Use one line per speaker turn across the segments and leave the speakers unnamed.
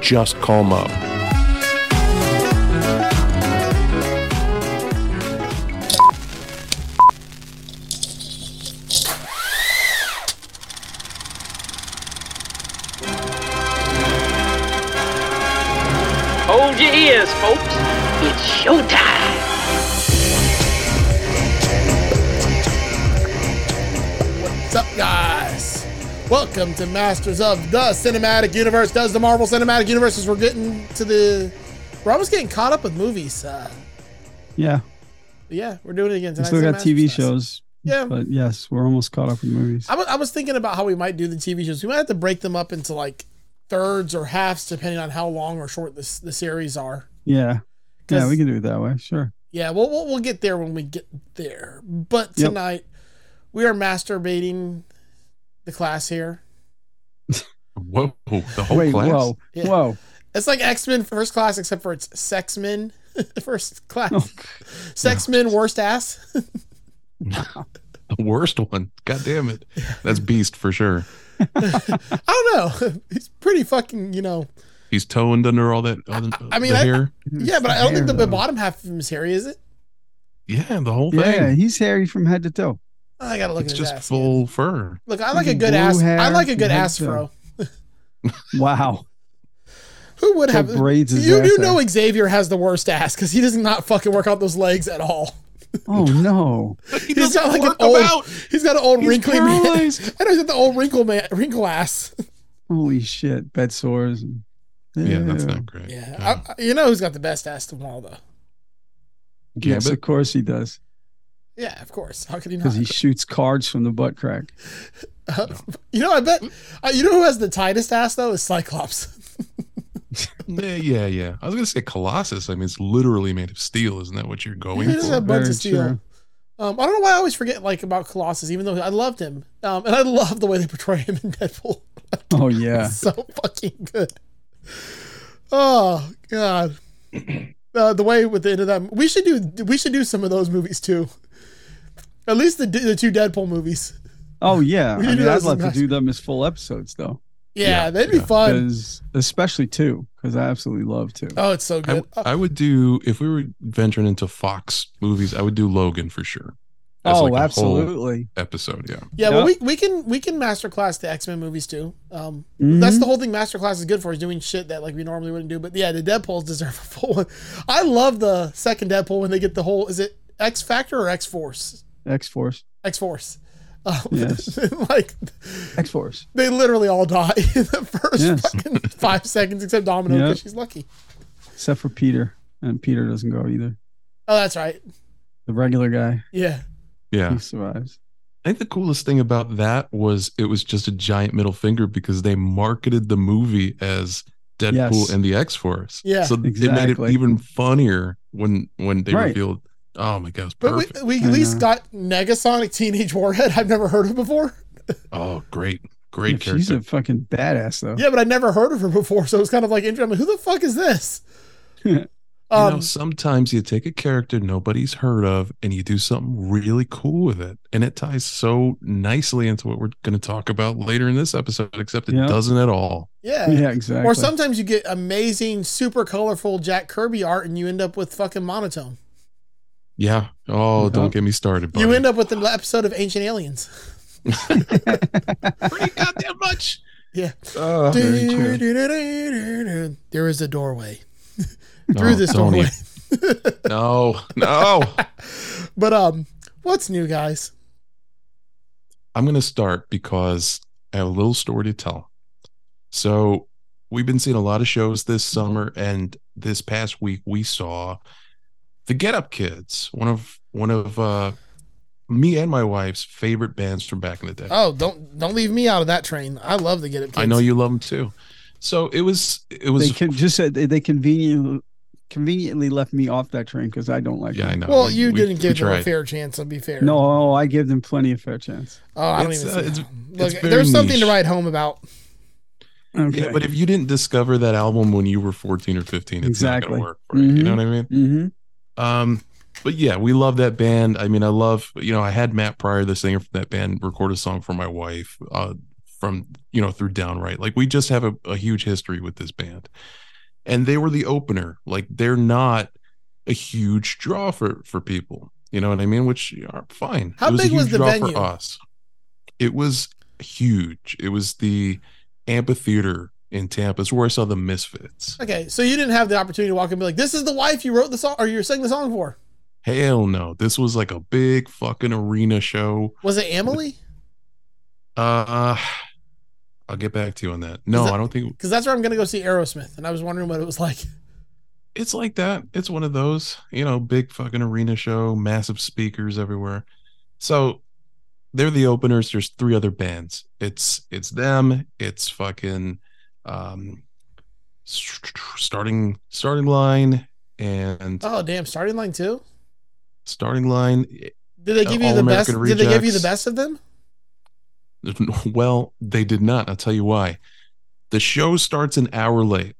just call Mo.
Hold your ears, folks. It's showtime.
What's up, guys? Welcome to Masters of the Cinematic Universe. Does the Marvel Cinematic Universe? As we're getting to the, we're almost getting caught up with movies. Uh,
Yeah,
yeah, we're doing it again
we
tonight. It's
still
the
got TV
Masters class.
shows.
Yeah.
but yes, we're almost caught up with movies.
I wa- I was thinking about how we might do the TV shows. We might have to break them up into like thirds or halves, depending on how long or short this the series are.
Yeah, yeah,
'Cause-
we can do it that way. Sure.
Yeah, we'll, we'll we'll get there when we get there. But
Yep.
tonight, we are masturbating the class here.
Whoa, the whole
Wait, whoa,
Yeah.
whoa.
It's like X Men first class, except for it's sex men first class.
Oh,
Sex men worst ass.
The worst one. God damn it. That's Beast for sure.
I don't know. He's pretty fucking, you know.
He's toned under all that. All the,
I mean,
the
I-
hair.
Hmm,
yeah, but I don't think the,
Hair, though.
bottom half of him is hairy, is it?
yeah, the whole
Yeah,
thing.
he's hairy from head to toe.
I gotta look
It's
at his
just
ass.
full fur.
Look, I like a
Fucking
good
blue
ass. I
hair
like a good
from head
ass
to
fro.
Wow.
Who would
So
have
braids his
You
ass
you know
out.
Xavier has the worst ass because he does not fucking work out those legs at all.
Oh no.
He
He's
doesn't
got like an
work
old.
about.
He's got an old
He's
wrinkly man.
paralyzed.
I know he's got the old wrinkle man, wrinkle ass.
Holy shit. Bed sores. and-
Yeah, that's
Ew.
not great.
Yeah, I, I- you know who's got the best ass of them all though.
Yes,
Gambit?
of course he does.
Yeah, of course. How could he not?
Because he shoots cards from the butt crack.
you know, I bet. Uh, you know who has the tightest ass though is Cyclops.
yeah, yeah, yeah. I was gonna say Colossus. I mean, it's literally made of steel. Isn't that what you're
he
going
doesn't
for?
have buns
Very
of steel.
true.
Um, I don't know why I always forget like about Colossus, even though I loved him, um, and I love the way they portray him in Deadpool.
Oh yeah.
so fucking good. Oh god, uh, the way with the end of that, we should do we should do some of those movies too. At least the the two Deadpool movies.
Oh yeah.
We
I
do
mean,
that
I'd
as a
love to
mas-
do them as full episodes though.
Yeah,
Yeah,
they'd be
yeah.
fun.
'Cause- especially two, because I absolutely love two.
Oh, it's so
I,
good. Uh,
I would do if we were venturing into Fox movies. I would do Logan for sure. That's
oh,
like a whole
absolutely.
episode, yeah.
yeah, well,
yeah.
we, we can we can masterclass the X Men movies too. Um, That's the
Mm-hmm.
whole thing Masterclass is good for is doing shit that like we normally wouldn't do. But yeah, the Deadpools deserve a full one. I love the second Deadpool when they get the whole is it X Factor or X Force?
X Force.
X Force. Um,
Yes.
like
X Force.
they literally all die in the first
Yes.
fucking five seconds except Domino because
Yep.
she's lucky.
except for Peter, and Peter doesn't go either.
Oh, that's right.
The regular guy,
Yeah.
Yeah.
he survives.
I think the coolest thing about that was it was just a giant middle finger because they marketed the movie as Deadpool
Yes.
and the X Force.
Yeah,
So it made
exactly.
it even funnier when when they
Right.
revealed. Oh my god, it was
But
perfect!
we, we
I
at least
know.
got Negasonic Teenage Warhead. I've never heard of before.
oh, great,
Yeah,
great
she's
character.
a fucking badass though.
Yeah, but I'd never heard of her before. So it was kind of like, interesting. I'm like, who the fuck is this? Um,
you
Um,
know, sometimes you take a character nobody's heard of and you do something really cool with it. And it ties so nicely into what we're going to talk about later in this episode, except it
Yeah.
doesn't at all.
yeah.
Yeah, exactly.
Or sometimes you get amazing, super colorful Jack Kirby art, and you end up with fucking monotone.
Yeah. Oh,
Yeah.
don't get me started. Buddy.
You end up with an episode of Ancient Aliens.
pretty goddamn much.
Yeah.
Oh, very true.
There is a doorway
Oh,
through this doorway.
No, no.
But um, what's new, guys?
I'm going to start because I have a little story to tell. So, we've been seeing a lot of shows this summer, and this past week we saw the Get Up Kids, one of one of uh, me and my wife's favorite bands from back in the day.
Oh, don't don't leave me out of that train. I love the Get Up Oh, Kids.
I know you love them too. So it was it was
They can just said they, they conveniently conveniently left me off that train because I don't like
yeah, I
it.
know.
well,
We-
you
we-
didn't
we
give them a
tried.
fair chance. To be fair,
No, oh, I give them plenty of fair chance.
Oh, I don't
It's,
even. see
uh, it's-
that.
it's
Look,
very
there's something to
niche.
write home about.
Okay.
Yeah, but if you didn't discover that album when you were 14 or 15, it's not
Exactly.
going to work. Right? You know
Mhm.
what I mean?
mm-hmm.
Um, but yeah, we love that band. I mean, I love, you know, I had Matt Pryor, the singer from that band, record a song for my wife uh, from, you know, through Downright. Like we just have a, a huge history with this band. And they were the opener. Like they're not a huge draw for for people. You know what I mean? Which are fine.
How
It a
big was
huge
the
draw
venue?
for us? It was huge. It was the amphitheater in Tampa. It's where I saw the Misfits.
Okay, so you didn't have the opportunity to walk in and be like, "This is the wife you wrote the song or you sang the song for."
Hell no. This was like a big fucking arena show.
Was it Emily?
Uh, I'll get back to you on that. No,
Is that-
I don't think
Because that's where I'm going to go see Aerosmith, and I was wondering what it was like.
it's like that. It's one of those, you know, big fucking arena show, massive speakers everywhere. So they're the openers. There's three other bands. It's it's them. It's fucking um, starting starting line and
Oh, damn! Starting line two.
starting line.
Did they
Uh,
give you
All
the best?
American
Did they give you the
Rejects.
best of them?
Well, they did not. I'll tell you why. The show starts an hour late,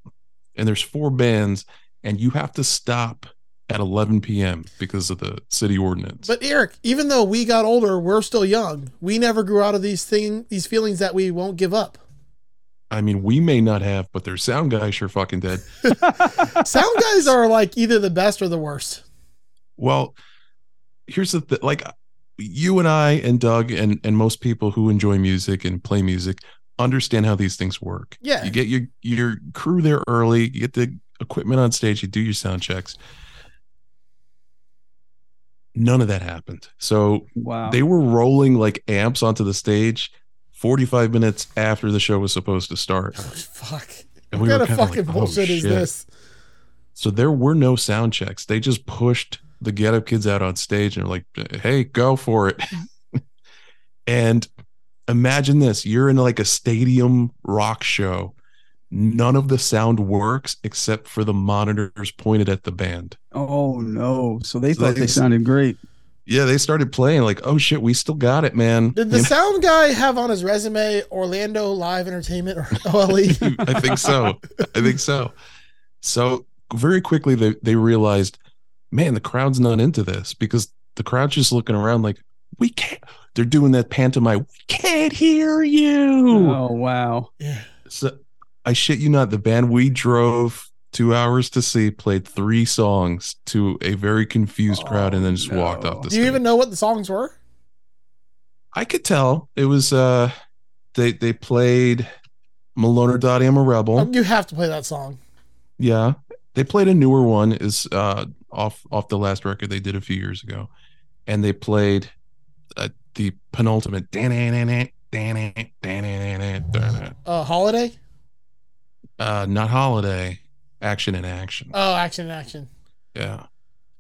and there's four bands, and you have to stop at 11 p.m. because of the city ordinance.
But Eric, even though we got older, we're still young. We never grew out of these thing, these feelings that we won't give up.
I mean, we may not have, but their sound guy sure fucking did.
Sound guys are like either the best or the worst.
Well, here's the thing. Like you and I and Doug and and most people who enjoy music and play music understand how these things work.
Yeah.
You get your your crew there early, you get the equipment on stage, you do your sound checks. None of that happened. So
Wow.
they were rolling like amps onto the stage 45 minutes after the show was supposed to start.
Oh, Fuck.
And
what
were
kind of
kinda like,
fucking
"Oh,
bullshit is
shit."
this?
So there were no sound checks. They just pushed the Get Up Kids out on stage and are like, hey, go for it. and imagine this you're in like a stadium rock show. None of the sound works except for the monitors pointed at the band.
oh no. So they
So
thought
they-
they sounded great.
Yeah, they started playing like, oh shit, we still got it, man.
Did the
You know?
sound guy have on his resume Orlando Live Entertainment or E? OLE?
I think so. I think so. So very quickly they, they realized, man, the crowd's not into this because the crowd's just looking around like, we can't they're doing that pantomime, we can't hear you.
Oh wow.
yeah.
So I shit you not, the band we drove two hours to see played three songs to a very confused crowd and then just
Oh,
walked off the
Do you
stage.
even know what the songs were?
I could tell it was uh they they played Malone Dottie I'm a Rebel.
Um, You have to play that song.
Yeah. They played a newer one is uh off off the last record they did a few years ago. And they played uh, the penultimate uh
Uh, Holiday.
not holiday action in action.
Oh, action and action.
Yeah.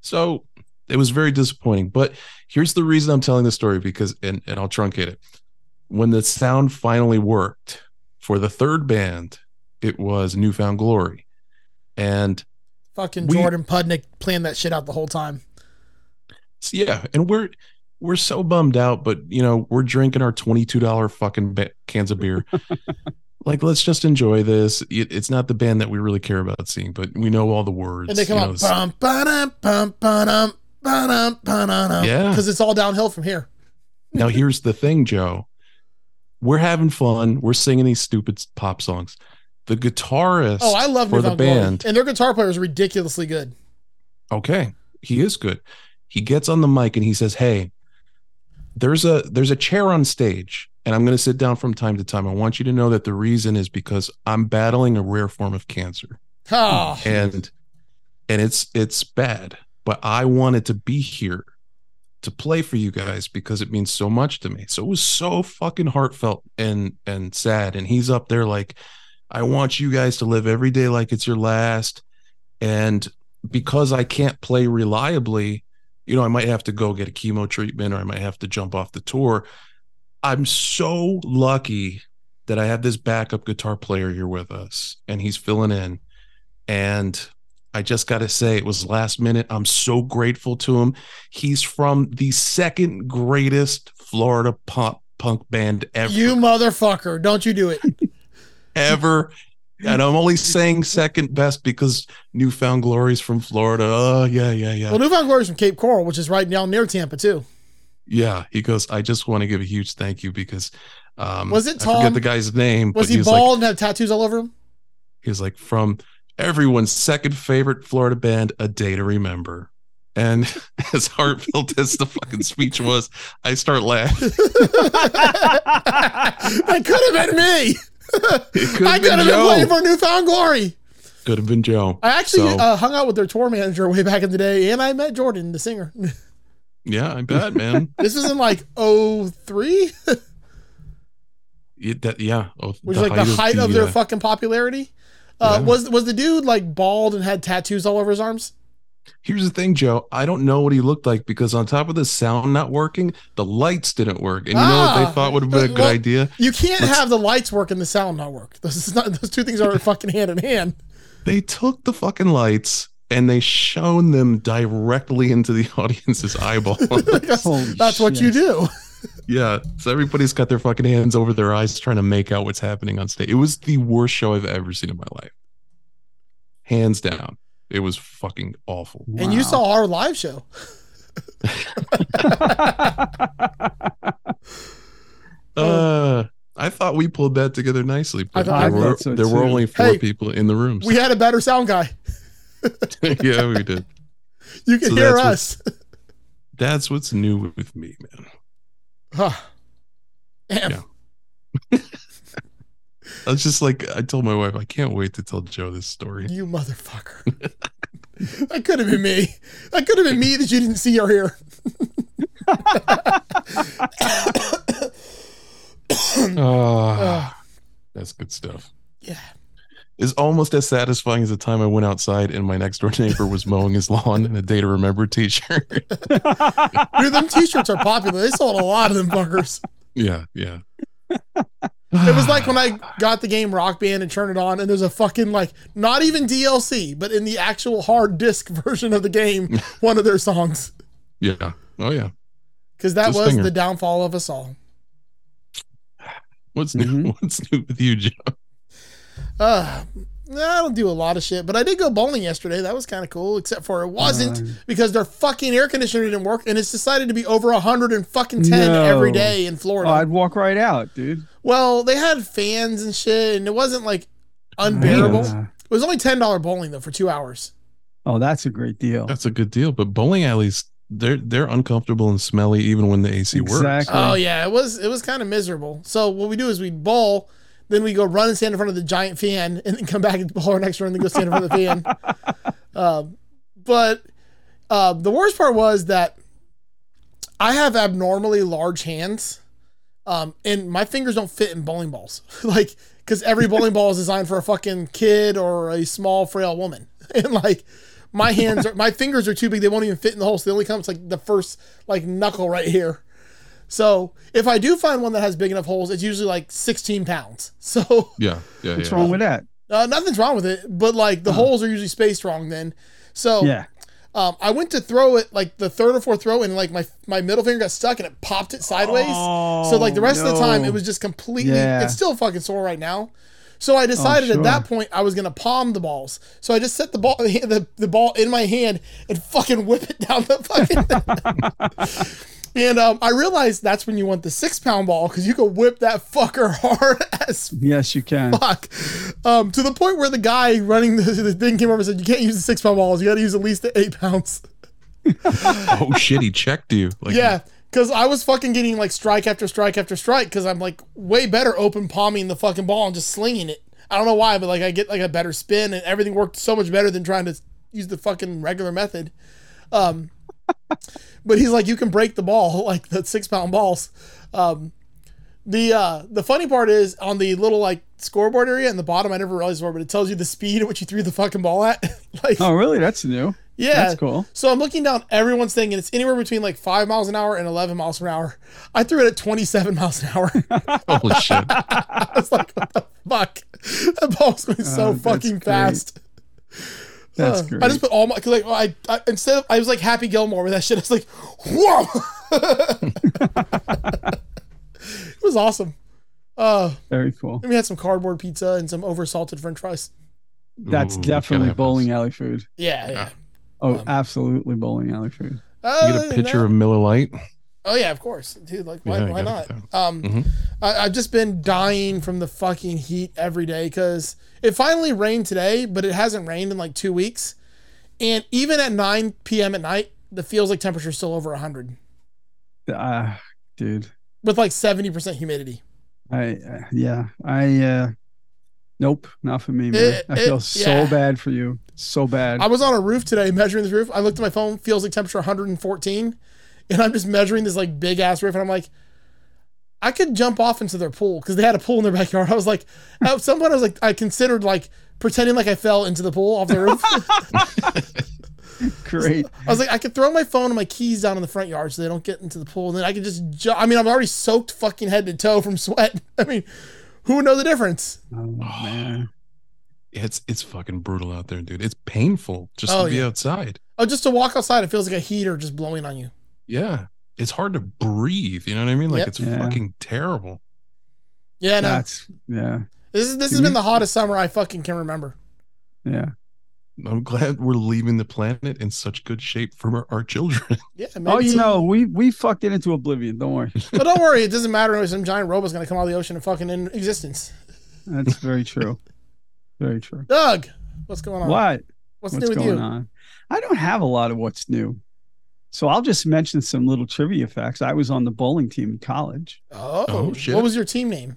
So it was very disappointing. But here's the reason I'm telling the story because, and, and I'll truncate it. When the sound finally worked for the third band, it was Newfound Glory. And
Fucking
We-
Jordan Pudnick playing that shit out the whole time.
so, yeah, and we're we're so bummed out, but you know we're drinking our twenty two dollar fucking ba- cans of beer. like, let's just enjoy this. It, it's not the band that we really care about seeing, but we know all the words.
And they come
you know,
out
it's-
bum ba-dum, bum ba-dum, ba-dum, ba-dum,
Yeah.
because it's all downhill from here.
Now here's the thing, Joe. We're having fun. We're singing these stupid pop songs. The guitarist.
Oh, I love
For
New
the
Found Glory.
band.
and their guitar player is ridiculously good.
okay he is good he gets on the mic and he says hey there's a there's a chair on stage and i'm going to sit down from time to time i want you to know that the reason is because i'm battling a rare form of cancer
Oh,
and and it's it's bad but i wanted to be here to play for you guys because it means so much to me so it was so fucking heartfelt and and sad and he's up there like i want you guys to live every day like it's your last and because i can't play reliably you know i might have to go get a chemo treatment or i might have to jump off the tour i'm so lucky that I have this backup guitar player here with us and he's filling in. And I just got to say, it was last minute. I'm so grateful to him. He's from the second greatest Florida pop punk band ever.
You motherfucker. Don't you do it.
ever. And I'm only saying second best because Newfound Glory's from Florida. Oh, yeah, yeah, yeah.
Well, Newfound Glory's from Cape Coral, which is right down near Tampa, too.
Yeah. He goes, I just want to give a huge thank you because um,
Was it
I
Tom?
forget the guy's name.
Was
but
he
was like-
bald and had tattoos all over him?
He was like, from everyone's second favorite Florida band, A Day to Remember. And as heartfelt as the fucking speech was, I start laughing.
that could have been me.
It could
I
have
could
been
have been playing
Joe.
for Newfound Glory.
Could have been Joe.
I actually
So,
uh, hung out with their tour manager way back in the day, and I met Jordan, the singer.
yeah, I bet, man.
this was in like 03,
It- that, yeah. Oh,
which was like the height of their
uh,
fucking popularity. Uh,
Yeah.
Was was the dude like bald and had tattoos all over his arms?
Here's the thing, Joe. I don't know what he looked like because on top of the sound not working, the lights didn't work. And you know what
Ah.
they thought would have been a good
Well-
idea?
You can't
Let's-
have the lights work and the sound not work. Those is not, those two things are fucking hand in hand.
They took the fucking lights and they shone them directly into the audience's eyeball.
That's,
Holy
that's what you
shit.
do.
Yeah. So everybody's got their fucking hands over their eyes trying to make out what's happening on stage. It was the worst show I've ever seen in my life. Hands down. It was fucking awful.
And you
Wow.
saw our live show.
Uh I thought we pulled that together nicely, but
thought-
there,
Oh. I
were,
thought so
there were
too.
only four
Hey,
people in the room.
We had a better sound guy.
yeah, we did.
You can
So
hear
that's
us.
That's what's new with me, man.
Huh. Damn.
Yeah. I was just like, I told my wife, I can't wait to tell Joe this story.
You motherfucker. that could have been me. That could have been me that you didn't see or hear.
Ah, that's good stuff.
Yeah.
is almost as satisfying as the time I went outside and my next door neighbor was mowing his lawn in a day to remember t shirt.
Dude, them t shirts are popular. They sold a lot of them bunkers.
yeah, yeah.
It was like when I got the game Rock Band and turned it on, and there's a fucking, like, not even DLC, but in the actual hard disk version of the game, one of their songs.
Yeah. Oh, yeah.
Because that
It's a
was
stinger.
the downfall of us all.
What's new?
Mm-hmm.
Mhm.
What's new with you, Joe?
Uh, I don't do a lot of shit, but I did go bowling yesterday. That was kind of cool, except for it
Uh.
wasn't
Um.
because their fucking air conditioner didn't work, and it's decided to be over a hundred and fucking ten
No.
every day in Florida.
Oh, I'd walk right out, dude.
well, they had fans and shit, and it wasn't like unbearable.
Yeah.
It was only ten dollar bowling though for two hours.
Oh, that's a great deal.
That's a good deal. But bowling alleys, they're they're uncomfortable and smelly even when the AC works.
Exactly.
Oh yeah, it was it was kind of miserable. So what we do is we bowl, then we go run and stand in front of the giant fan, and then come back and bowl our next run and then go stand in front of the fan. Um, but uh, the worst part was that I have abnormally large hands, um, and my fingers don't fit in bowling balls. like because every bowling ball is designed for a fucking kid or a small frail woman, and like. My hands are my fingers are too big; they won't even fit in the hole. So they only comes like the first like knuckle right here. So if I do find one that has big enough holes, it's usually like 16 pounds. So
Yeah. Yeah.
What's
yeah.
wrong with that?
uh, nothing's wrong with it, but like the holes are usually spaced wrong then. So
Yeah.
um, I went to throw it like the third or fourth throw, and like my my middle finger got stuck and it popped it sideways. so like the rest of the time, it was just completely.
Oh, Yeah. Oh,
It's still fucking sore right now. So I decided at
sure.
that point I was gonna palm the balls. So I just set the ball the, the ball in my hand and fucking whip it down the fucking. and um, I realized that's when you want the six pound ball because you can whip that fucker hard as
Yes, you can.
fuck. Um, to the point where the guy running the, the thing came over and said, "You can't use the six pound balls. You got to use at least the eight pounds."
Oh shit, he checked you. Like
Yeah, because I was fucking getting like strike after strike after strike because I'm like way better open palming the fucking ball and just slinging it. I don't know why, but like I get like a better spin and everything worked so much better than trying to use the fucking regular method. Um, but he's like, you can break the ball like the six pound balls. Um, the uh, the funny part is on the little like scoreboard area in the bottom. I never realized before, but it tells you the speed at which you threw the fucking ball at. like,
Oh, really? That's new.
Yeah.
Oh, That's cool.
So I'm looking down everyone's thing, and it's anywhere between like five miles an hour and 11 miles per hour. I threw it at 27 miles an hour.
Holy shit.
I was like, what the fuck? That ball's going so
Oh, that's
fucking
great.
fast.
That's
Uh,
great.
I just put all my 'cause, like I, I instead of, I was like Happy Gilmore with that shit. I was like, whoa! it was awesome. Uh,
Very cool.
and we had some cardboard pizza and some oversalted French fries.
That's
Ooh,
definitely
gotta have
bowling
those.
alley food.
Yeah, yeah.
Oh,
Um,
absolutely bowling alley food.
You
Other
get a
than
picture
that-
of Miller Lite.
Oh yeah, of course, dude. Like, why,
Yeah, you
why
gotta
not?
get
Um,
Mhm.
I, I've just been dying from the fucking heat every day because it finally rained today, but it hasn't rained in like two weeks. And even at 9 p.m. at night, the feels like temperature still over 100
Ah, dude.
with like 70% humidity.
I uh, yeah. I uh nope, not for me, man.
It-
I feel
it-
so
yeah.
bad for you. So bad.
I was on a roof today measuring the roof. I looked at my phone, feels like temperature 114, and I'm just measuring this like big ass roof, and I'm like, I could jump off into their pool because they had a pool in their backyard. I was like, at some point, I was like, I considered like pretending like I fell into the pool off the roof.
Great.
I was like, I could throw my phone and my keys down in the front yard so they don't get into the pool, and then I could just. Ju- I mean, I'm already soaked fucking head to toe from sweat. I mean, who would know the difference?
Oh man.
It's it's fucking brutal out there, dude. It's painful just
Oh,
to be
yeah.
outside.
Oh, just to walk outside, it feels like a heater just blowing on you.
Yeah. It's hard to breathe. You know what I mean? Like
Yep.
it's
Yeah.
fucking terrible.
Yeah, no.
That's yeah.
This is this has
Dude,
been
we-
the hottest summer I fucking can remember.
Yeah.
I'm glad we're leaving the planet in such good shape for our, our children.
Yeah.
Oh,
maybe
you
some-
know, we we fucked it into oblivion. Don't worry.
But don't worry, it doesn't matter. Some giant robot's gonna come out of the ocean and fucking in existence.
That's very true. Very true.
Doug, what's going on?
What?
What's,
What's
new with
going
you?
on? I don't have a lot of what's new. So I'll just mention some little trivia facts. I was on the bowling team in college.
Oh,
Oh, shit.
what was your team name?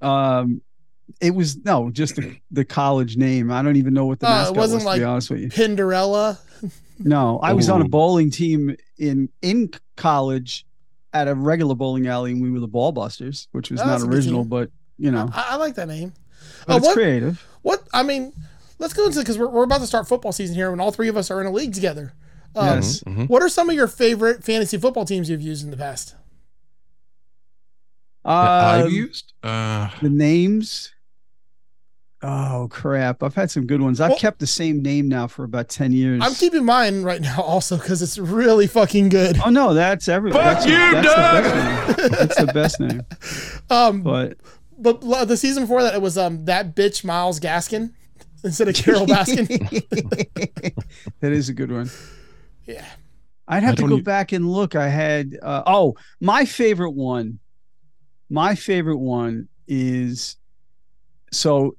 Um it was no, just the, the college name. I don't even know what the
Oh, it
mascot
wasn't
was to
like-
be honest with you.
Pinderella.
No, I was on a
Ooh.
bowling team in in college at a regular bowling alley and we were the ball busters, which was
Oh,
not
that's a good
original,
team.
but you know,
I, I like that name.
but
Uh,
it's
what-
creative.
What I mean, let's go into because we're, we're about to start football season here, and all three of us are in a league together. Um,
Yes.
Mhm, mhm.
What are some of your favorite fantasy football teams you've used in the past?
That
Um,
I've used. Uh,
the names. Oh crap! I've had some good ones. I've
Well-
kept the same name now for about ten years.
I'm keeping mine right now also because it's really fucking good.
Oh no, that's everything.
Fuck
that's
you,
that's The best name. that's the best name.
Um,
But
but lo- the season before that, it was um that bitch Miles Gaskin instead of Carol Baskin.
that is a good one.
yeah.
I'd have
I
to
don't
go
e-
back and look. I had uh, oh, my favorite one. My favorite one is so,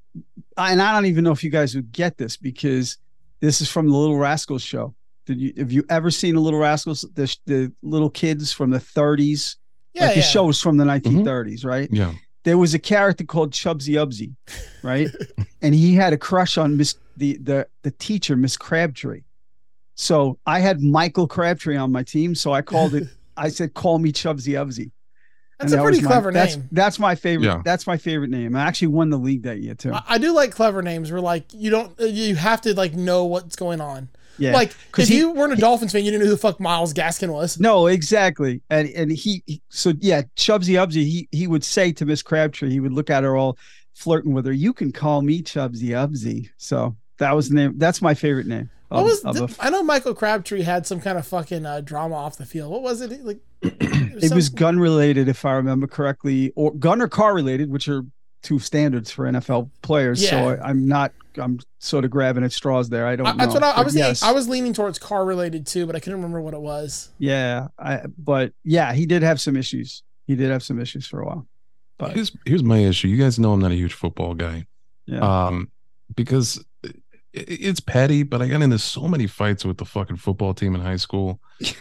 I- and I don't even know if you guys would get this because this is from the Little Rascals show. Did you have you ever seen the Little Rascals? The the little kids from the 30s.
Yeah.
like
yeah.
the show was from the
Mm-hmm.
1930s, right?
yeah.
There was a character called Chubsy Ubsy, right? and he had a crush on Miss the the the teacher, Miss Crabtree. So I had Michael Crabtree on my team, so I called it. I said, "Call me Chubsy Ubsy."
That's
And
a
that was
pretty
my-
clever
that's,
name.
That's my favorite.
Yeah.
That's my favorite name. I actually won the league that year too.
I, I do like clever names where like you don't uh, you have to like know what's going on.
yeah.
Like if
'Cause he-
you weren't a Dolphins fan, you didn't know who the fuck Miles Gaskin was.
no, exactly. And and he, he- so yeah, Chubsy Ubsy. He he would say to Miss Crabtree, he would look at her all flirting with her. You can call me Chubsy Ubsy. So that was the name. That's my favorite name.
What
of-
was
of a
the, I know Michael Crabtree had some kind of fucking uh, drama off the field. What was it like?
it was
some-
gun related, if I remember correctly, or gun or car related, which are two standards for NFL players. So
Yeah.
I, I'm not, I'm sort of grabbing at straws there. I don't.
I,
know.
that's what I, I
But
was. thinking-
yes.
I was leaning towards car related too, but I couldn't remember what it was.
yeah, I, but yeah, he did have some issues. He did have some issues for a while. But-
Here's here's my issue. You guys know I'm not a huge football guy.
Yeah.
Um, because i- i- it's petty, but I got into so many fights with the fucking football team in high school.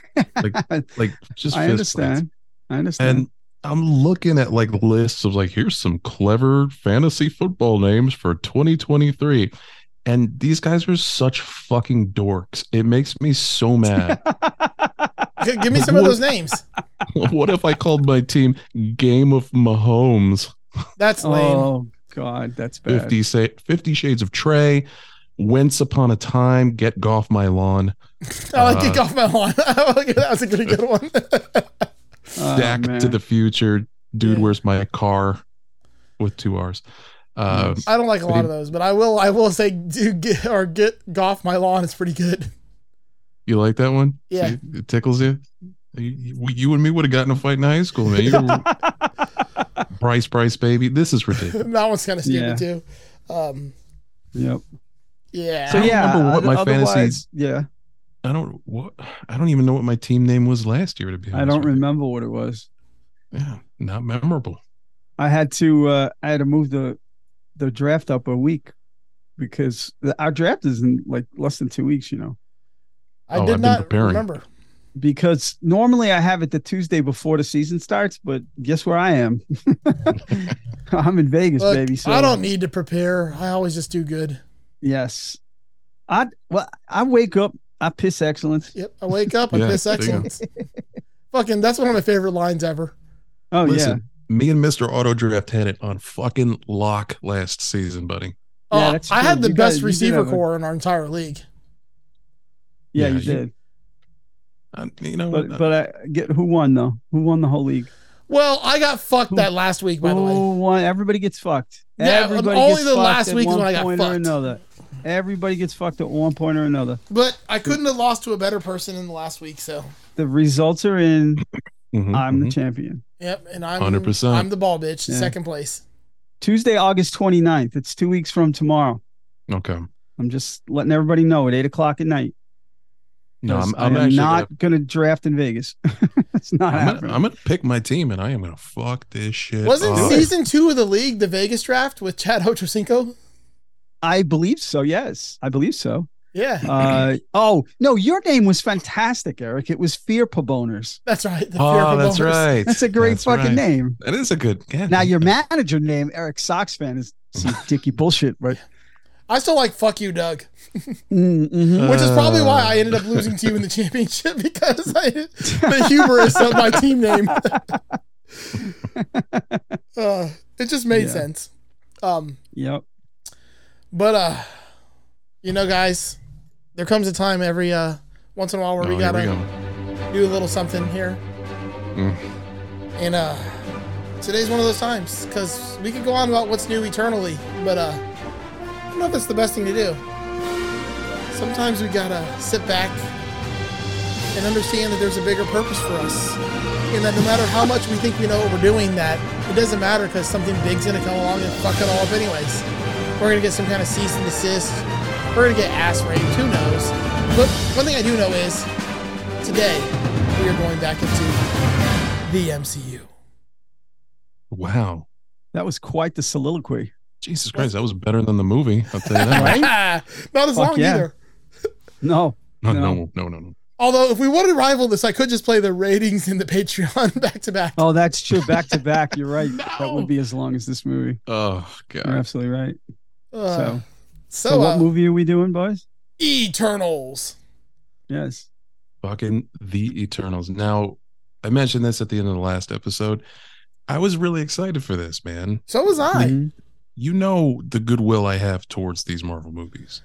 Like just
I
fist
understand.
fights.
I understand.
And I'm looking at like lists of like here's some clever fantasy football names for 2023. And these guys are such fucking dorks. It makes me so mad.
G- Give me some of those names.
what if I called my team Game of Mahomes?
That's lame.
oh God, that's bad.
50, say, 50 Shades of Trey, Once Upon a Time, Get Golf My Lawn,
I like kick off my lawn. that was a pretty good one.
Oh,
Back
man.
to the Future, Dude,
Yeah.
Where's My Car with two R's. Uh,
Nice.
I don't like a lot of those, but I will. I will say, do get or get golf my lawn. It's pretty good.
You like that one?
Yeah.
See, it tickles you? You, you and me would have gotten in a fight in high school, man. You're Bryce, Bryce, baby. This is ridiculous.
that one's kind of stupid too. Um,
Yep.
yeah.
So
don't
yeah,
remember what
oth-
my fantasy-
otherwise- Yeah,
I don't what I don't even know what my team name was last year. To be honest,
I don't
with
remember what it was.
you. Yeah, not memorable.
I had to uh, I had to move the the draft up a week because the, our draft is in like less than two weeks, you know.
I
Oh,
did
I've been
not
preparing.
remember.
Because normally I have it the Tuesday before the season starts, but guess where I am? I'm in Vegas,
Look,
baby. So
I don't need to prepare. I always just do good.
Yes, I well I wake up, I piss excellence.
Yep. I wake up. I
Yeah,
miss
there you go.
excellence. Fucking, that's one of my favorite lines ever.
Oh
Listen, me and Mister Auto Draft had it on fucking lock last season, buddy.
Oh,
Yeah, that's
I had
true.
the
You guys-
best
you did
receiver
have a-
core in our entire league.
yeah, yeah,
yeah,
you
you-
did.
I, you know,
But but I get who won though? Who won the whole league?
Well, I got fucked that last week, by the way.
Who won? Everybody gets fucked.
Yeah,
Everybody
only
gets
the
fucked
last
at
week is
one
when I got
point or
fucked.
Another. Everybody gets fucked at one point or another.
But I couldn't have lost to a better person in the last week, so
The results are in.
Mhm,
I'm the
mhm.
champion.
yep. And I'm
100%.
I'm the ball bitch,
Yeah.
second place.
Tuesday, August 29th. It's two weeks from tomorrow.
okay.
I'm just letting everybody know at eight o'clock at night.
No, I'm,
'cause
I'm
I am
actually
not going to draft in Vegas. it's not
Gonna, I'm,
happening.
gonna, I'm gonna pick my team, and I am gonna fuck this shit.
Wasn't
up.
season two of the league the Vegas draft with Chad Ochocinco?
I believe so. Yes, I believe so.
Yeah,
Uh, oh no, your name was fantastic, Eric. It was Fear Paboners.
that's right. The fear
Oh,
of
that's
boners.
right.
That's a great
That's
fucking
right.
name.
That is a good. Yeah,
Now your manager name, Eric Sox fan, is some dicky bullshit, but
I still like fuck you, Doug,
Mm, mhm.
which is probably
Uh.
why I ended up losing to you in the championship because I, the hubris of my team name. uh, it just made
Yeah.
sense. Um,
yep.
But uh you know guys, there comes a time every uh once in a while where
Oh,
we
here
gotta
we go.
do a little something here.
Mm.
And uh today's one of those times cuz we could go on about what's new eternally, but uh I don't know if it's the best thing to do. Sometimes we got to sit back and understand that there's a bigger purpose for us. And that no matter how much we think we know what we're doing, that it doesn't matter because something big's gonna come along and fuck it all up anyways. We're gonna get some kind of cease and desist. We're gonna get ass raped. Who knows? But one thing I do know is today we are going back into the MCU.
Wow,
That was quite the soliloquy.
Jesus Christ, that was better than the movie. I'll tell you that.
Right?
Not as
Fuck
long
yeah.
either.
No.
No,
No.
no, no, no, no.
Although if we wanted to rival this, I could just play the ratings in the Patreon back to back.
Oh, that's true. Back to back. You're right. That
No.
would be as long as this movie.
Oh
You're
God.
absolutely right.
Uh,
Oh, So,
So,
so, what
uh,
movie are we doing, boys?
Eternals.
Yes.
fucking the Eternals. Now, I mentioned this at the end of the last episode. I was really excited for this, man.
So was I.
Mhm.
You know the goodwill I have towards these Marvel movies.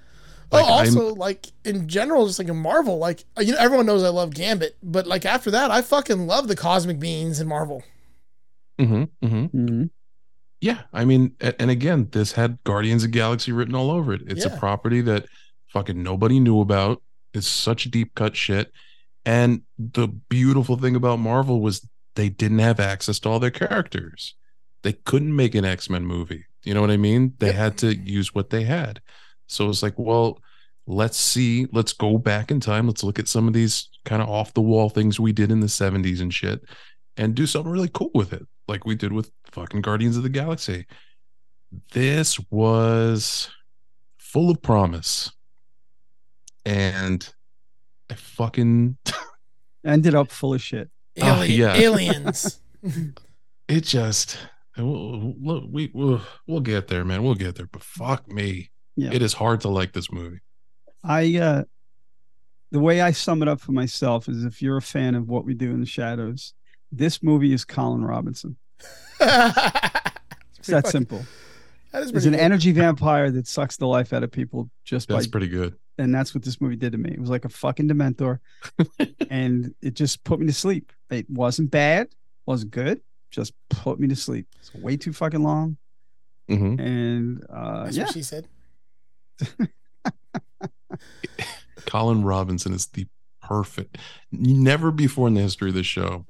Oh,
Like, I'm-
also, like in general, just like in Marvel, like uh, you know, everyone knows I love Gambit, but like after that, I fucking love the cosmic beings in Marvel.
Mhm, mhm.
Mhm.
Yeah, I mean, a- and again, this had Guardians of the Galaxy written all over it. It's
Yeah.
a property that fucking nobody knew about. It's such deep cut shit. And the beautiful thing about Marvel was they didn't have access to all their characters. They couldn't make an X Men movie. You know what I mean? They
Yep.
had to use what they had. So it's like, well, let's see, let's go back in time. Let's look at some of these kind of off the wall things we did in the 70s and shit and do something really cool with it, like we did with fucking Guardians of the Galaxy. This was full of promise. And I fucking
Ended up full of shit.
Oh,
Alien,
yeah.
Aliens.
it just we'll, we'll- we we'll, we'll get there man we'll get there but fuck me
Yeah.
it is hard to like this movie
I uh the way I sum it up for myself is if you're a fan of what we do in the shadows, this movie is Colin Robinson. It's that simple.
That is
It's
pretty
an
good.
energy vampire that sucks the life out of people just by
That's pretty good.
and that's what this movie did to me. It was like a fucking dementor, and it just put me to sleep. It wasn't bad, wasn't good, just put me to sleep. It's way too fucking long, Mm-hmm.
hmm
and uh,
That's
yeah,
what she said.
Colin Robinson is the perfect. Never before in the history of the show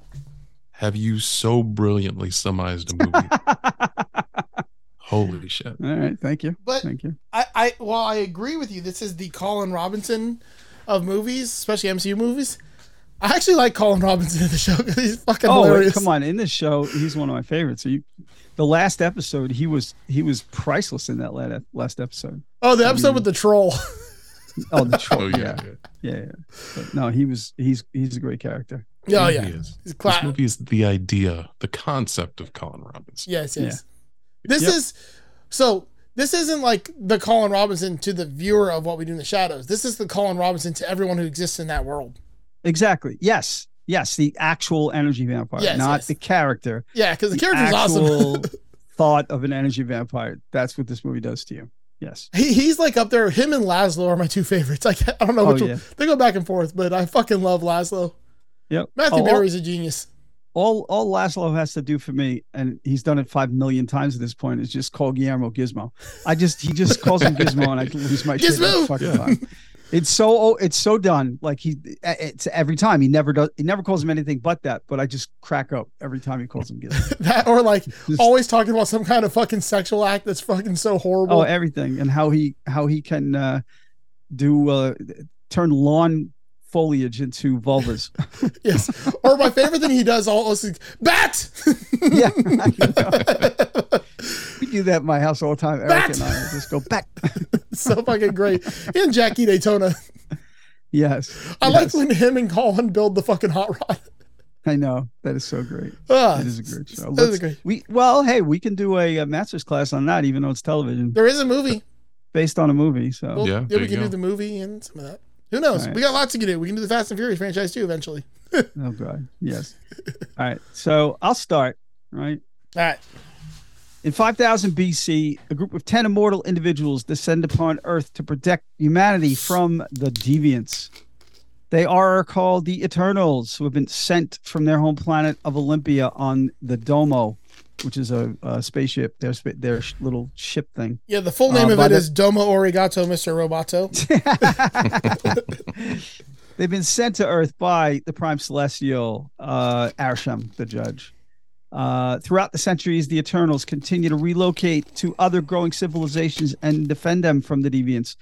have you so brilliantly summarized a movie. Holy shit!
all right, thank you,
But
thank you.
I, I while I agree with you, this is the Colin Robinson of movies, especially MCU movies. I actually like Colin Robinson in the show because he's fucking
Oh, wait,
hilarious.
come on! In this show, he's one of my favorites. So you, the last episode, he was he was priceless in that last last episode.
Oh, the episode with the troll.
Oh, the
Oh
troll,
yeah,
yeah, yeah, yeah. But no, he was he's he's a great character.
yeah, oh,
He
yeah.
is.
He's
This
cla-
movie is the idea, the concept of Colin Robinson.
Yes,
Yeah.
yes. This
Yep.
is so. This isn't like the Colin Robinson to the viewer of What We Do in the Shadows. This is the Colin Robinson to everyone who exists in that world.
Exactly. Yes. Yes. The actual energy vampire,
Yes,
not
yes.
the character.
Yeah, because the,
The
character's awesome.
actual thought of an energy vampire. That's what this movie does to you. Yes.
he, he's like up there. Him and Laszlo are my two favorites. I, can't, I don't know
Oh,
which
yeah.
one. They go back and forth, but I fucking love Laszlo.
Yep.
Matthew
Oh,
Berry's a genius.
All, all all Laszlo has to do for me, and he's done it five million times at this point, is just call Guillermo Gizmo. I just he just calls him Gizmo, and I lose my shit every
Gizmo!
fucking
Yeah.
time. It's so oh, it's so done. Like he, it's every time he never does. He never calls him anything but that. But I just crack up every time he calls him Gizmo.
That or like
Just-
always talking about some kind of fucking sexual act that's fucking so horrible.
oh everything and how he how he can uh do uh turn lawn foliage into vulvas
yes. Or my favorite thing he does almost is bat.
yeah we do that in my house all the time eric
Bat!
and i just go back
so fucking great. And Jackie Daytona.
yes
I
yes,
like when him and Colin build the fucking hot rod.
i know that is so great
Ah,
that is a great show
that is
Let's-
great.
we well hey we can do a, uh master's class on that even though it's television
There is a movie.
based on a movie so
Well,
Yeah,
yeah,
there
we
you
can
go.
do the movie and some of that. Who knows?
Alright.
We got lots to do. We can do the Fast and Furious franchise too eventually.
oh god yes all right so i'll start right
All right.
In 5000 BC, a group of 10 immortal individuals descend upon Earth to protect humanity from the deviants. They are called the Eternals, who have been sent from their home planet of Olympia on the Domo, which is a, a spaceship, their, spa- their sh- little ship thing.
Yeah, the full
Uh,
name of
by
it
the-
is Domo Origato Mr. Roboto.
They've been sent to Earth by the Prime Celestial, uh, Arsham, the judge. Uh, throughout the centuries, the Eternals continue to relocate to other growing civilizations and defend them from the deviants.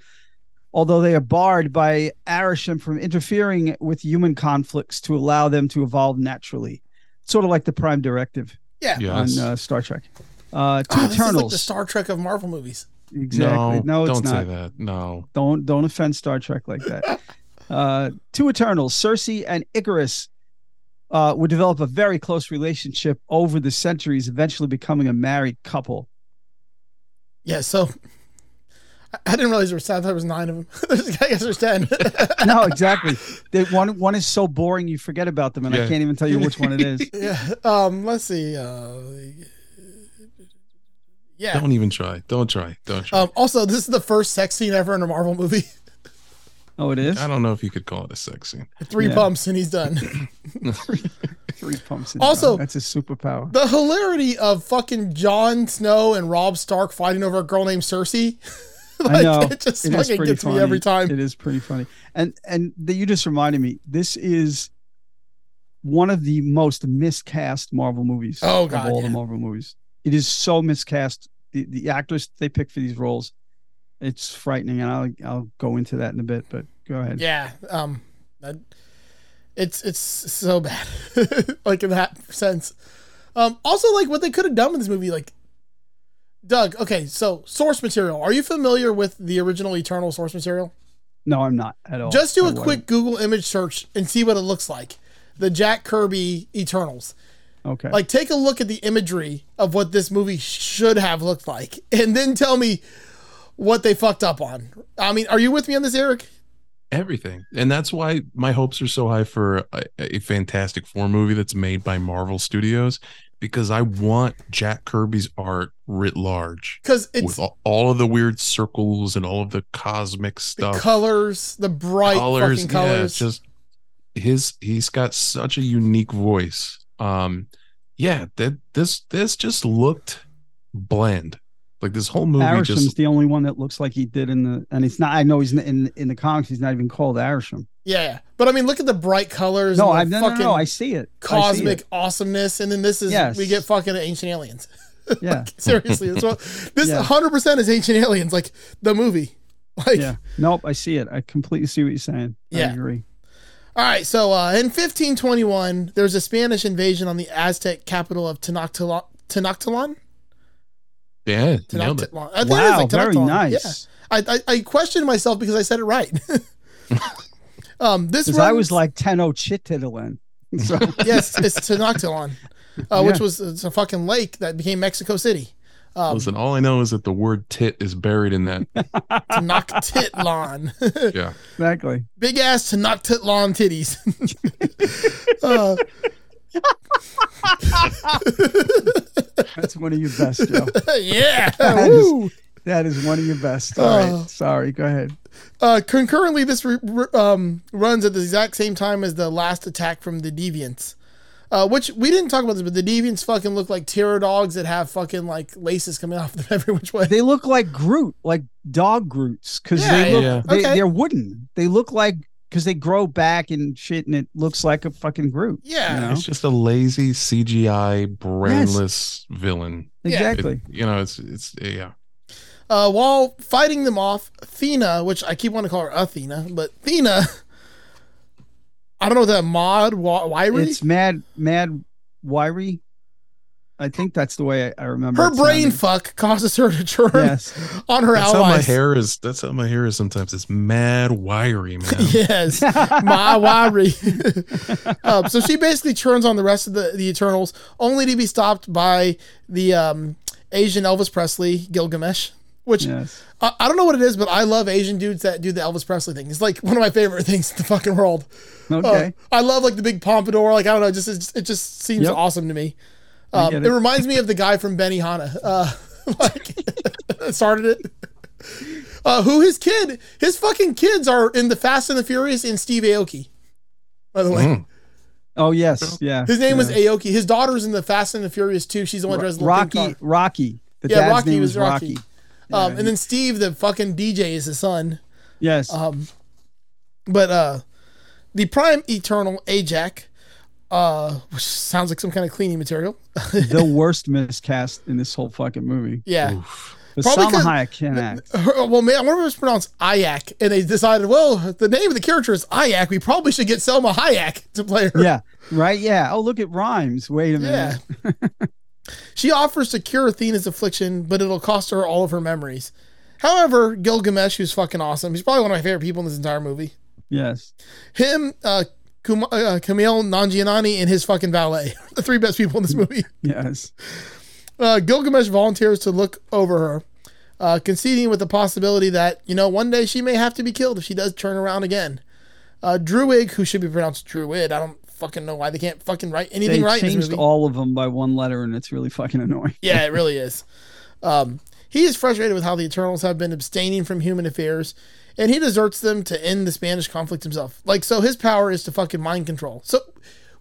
Although they are barred by Arisham from interfering with human conflicts to allow them to evolve naturally, sort of like the Prime Directive
Yeah.
Yes.
on uh, Star Trek. Uh, two
Oh, this is
Eternals,
like the Star Trek of Marvel movies.
exactly. No, it's
don't
not
say that. No.
don't don't offend Star Trek like that. uh, two Eternals, Cersei and Icarus, uh, would develop a very close relationship over the centuries, eventually becoming a married couple.
Yeah, so I- I didn't realize there was seven. There was nine of them. There's- I guess there's ten.
No, exactly. They, one one is so boring you forget about them, and I
Yeah.
can't even tell you which one it is.
yeah. Um. Let's see. Uh, yeah.
Don't even try. Don't try. Don't try.
Um, also, this is the first sex scene ever in a Marvel movie.
Oh, it is
I don't know if you could call it a sex scene.
Three
Yeah.
pumps and he's done.
three pumps. in
Also-
time. that's a superpower.
the hilarity of fucking Jon Snow and Rob Stark fighting over a girl named Cersei.
I know
It just
is
fucking
pretty
gets me every time.
It is pretty funny, and and that you just reminded me. This is one of the most miscast Marvel movies.
Oh,
of
God,
all
yeah.
the Marvel movies. It is so miscast. The, the actors they pick for these roles, it's frightening, and I'll I'll go into that in a bit. But go ahead.
Yeah. Um. that- it's it's so bad, like in that sense. Um. Also, like what they could have done with this movie, like. Doug, okay, so source material. Are you familiar with the original Eternal source material?
No, I'm not at all.
Just do
Oh, I
a quick Google image search and see what it looks like. The Jack Kirby Eternals.
wasn't. Okay.
Like, take a look at the imagery of what this movie should have looked like, and then tell me what they fucked up on. I mean, are you with me on this, Eric?
Everything. And that's why my hopes are so high for a, a fantastic four movie that's made by Marvel Studios because I want Jack Kirby's art writ large
because it's
with all, all of the weird circles and all of the cosmic
the
stuff.
colors, the bright
colors,
fucking colors.
yeah, just his he's got such a unique voice. Um, yeah, that this this just looked bland. Like this whole movie
Arisham's
just
the only one that looks like he did in the, and it's not. I know he's in in, in the comics. He's not even called Arisham.
yeah, but I mean, look at the bright colors.
No,
and the
I no, no, no,
fucking
no, I see it. I see
cosmic
it.
awesomeness, and then this is
Yes.
we get fucking ancient aliens.
Yeah,
Seriously, that's what this
Yeah.
100 percent is ancient aliens, like the movie. Like,
yeah. Nope, I see it. I completely see what you're saying.
Yeah.
I agree.
all right. So uh, in 1521, there's a Spanish invasion on the Aztec capital of Tenochtitlan. Tenochtitlan.
yeah, nailed it.
Tenochtitlan. I think it is,
Wow,
like,
very
Tenochtitlan.
nice.
Yeah. I, I, I questioned myself because I said it right. um, this
Because I
runs-
was like Teno Chititlan. So
yes, it's Tenochtitlan, uh, which
Yeah.
was it's a fucking lake that became Mexico City. Um,
Listen, all I know is that the word tit is buried in that.
Tenochtitlan,
Yeah.
exactly.
big ass Tenochtitlan titties. uh,
That's one of your best, Joe.
yeah.
That
woo.
is, that is one of your best. All right.
Oh.
Sorry. Go ahead.
Uh, concurrently, this re- re- um, runs at the exact same time as the last attack from the Deviants, uh, which we didn't talk about this, but the Deviants fucking look like terror dogs that have fucking like laces coming off them every which way.
They look like Groot, like dog Groots, because
Yeah,
they look
yeah.
they,
Okay.
they're wooden. They look like because they grow back and shit, and it looks like a fucking Groot.
Yeah.
You know?
It's just a lazy CGI brainless villain.
Yeah.
It-
Exactly.
you know, it's it's yeah.
Uh, while fighting them off, Athena, which I keep wanting to call her Athena, but Athena, I don't know that mod Wy- Wyrie.
It's mad, mad wiry. I think that's the way I, I remember.
her
it
brain
sounded.
fuck causes her to turn
Yes.
on her
That's how my
allies.
hair is. That's how my hair is sometimes. It's mad wiry, man.
yes, my Wyrie. um, so she basically turns on the rest of the, the Eternals, only to be stopped by the um, Asian Elvis Presley Gilgamesh. Which
yes.
I, I don't know what it is, but I love Asian dudes that do the Elvis Presley thing. It's like one of my favorite things in the fucking world. Uh,
Okay.
I love like the big pompadour. Like I don't know, just it just, it just seems
Yep.
awesome to me.
I
Um,
get
it.
it.
reminds me of the guy from Benny Hanna. Uh, like started it. Uh, who his kid? His fucking kids are in the Fast and the Furious in Steve Aoki. By the way,
Mm.
oh yes. Yeah.
his name
yeah.
was Aoki. His daughter's in the Fast and the Furious too. She's the one who drives the little pink
Rocky.
car.
Rocky. The
Yeah,
dad's
Rocky
name
was
was
Rocky.
Rocky.
Um,
Yeah,
and then Steve, the fucking DJ, is his son.
yes.
Um, but uh, the Prime Eternal Ajax, uh, which sounds like some kind of cleaning material.
the worst miscast in this whole fucking movie.
yeah.
Oof.
But
Probably
Salma
'cause-
Hayek can't act.
Her- well, man, I wonder if it's pronounced Ayak, and they decided, well, the name of the character is Ayak. We probably should get Selma Hayek to play her.
Yeah. Right. Yeah. Oh, look at rhymes. Wait a
Yeah.
minute.
she offers to cure Athena's affliction, but it'll cost her all of her memories. However, Gilgamesh, who's fucking awesome, he's probably one of my favorite people in this entire movie.
Yes.
Him, uh, Kum- uh, Camille Nanjiani, and his fucking valet, the three best people in this movie.
Yes.
Uh, Gilgamesh volunteers to look over her, uh, conceding with the possibility that, you know, one day she may have to be killed if she does turn around again. Uh, Druid, who should be pronounced Druid, I don't fucking know why they can't fucking write anything
They
right in this
changed
movie.
all of them by one letter, and it's really fucking annoying.
yeah, it really is. Um, he is frustrated with how the Eternals have been abstaining from human affairs, and he deserts them to end the Spanish conflict himself. Like, so his power is to fucking mind control. So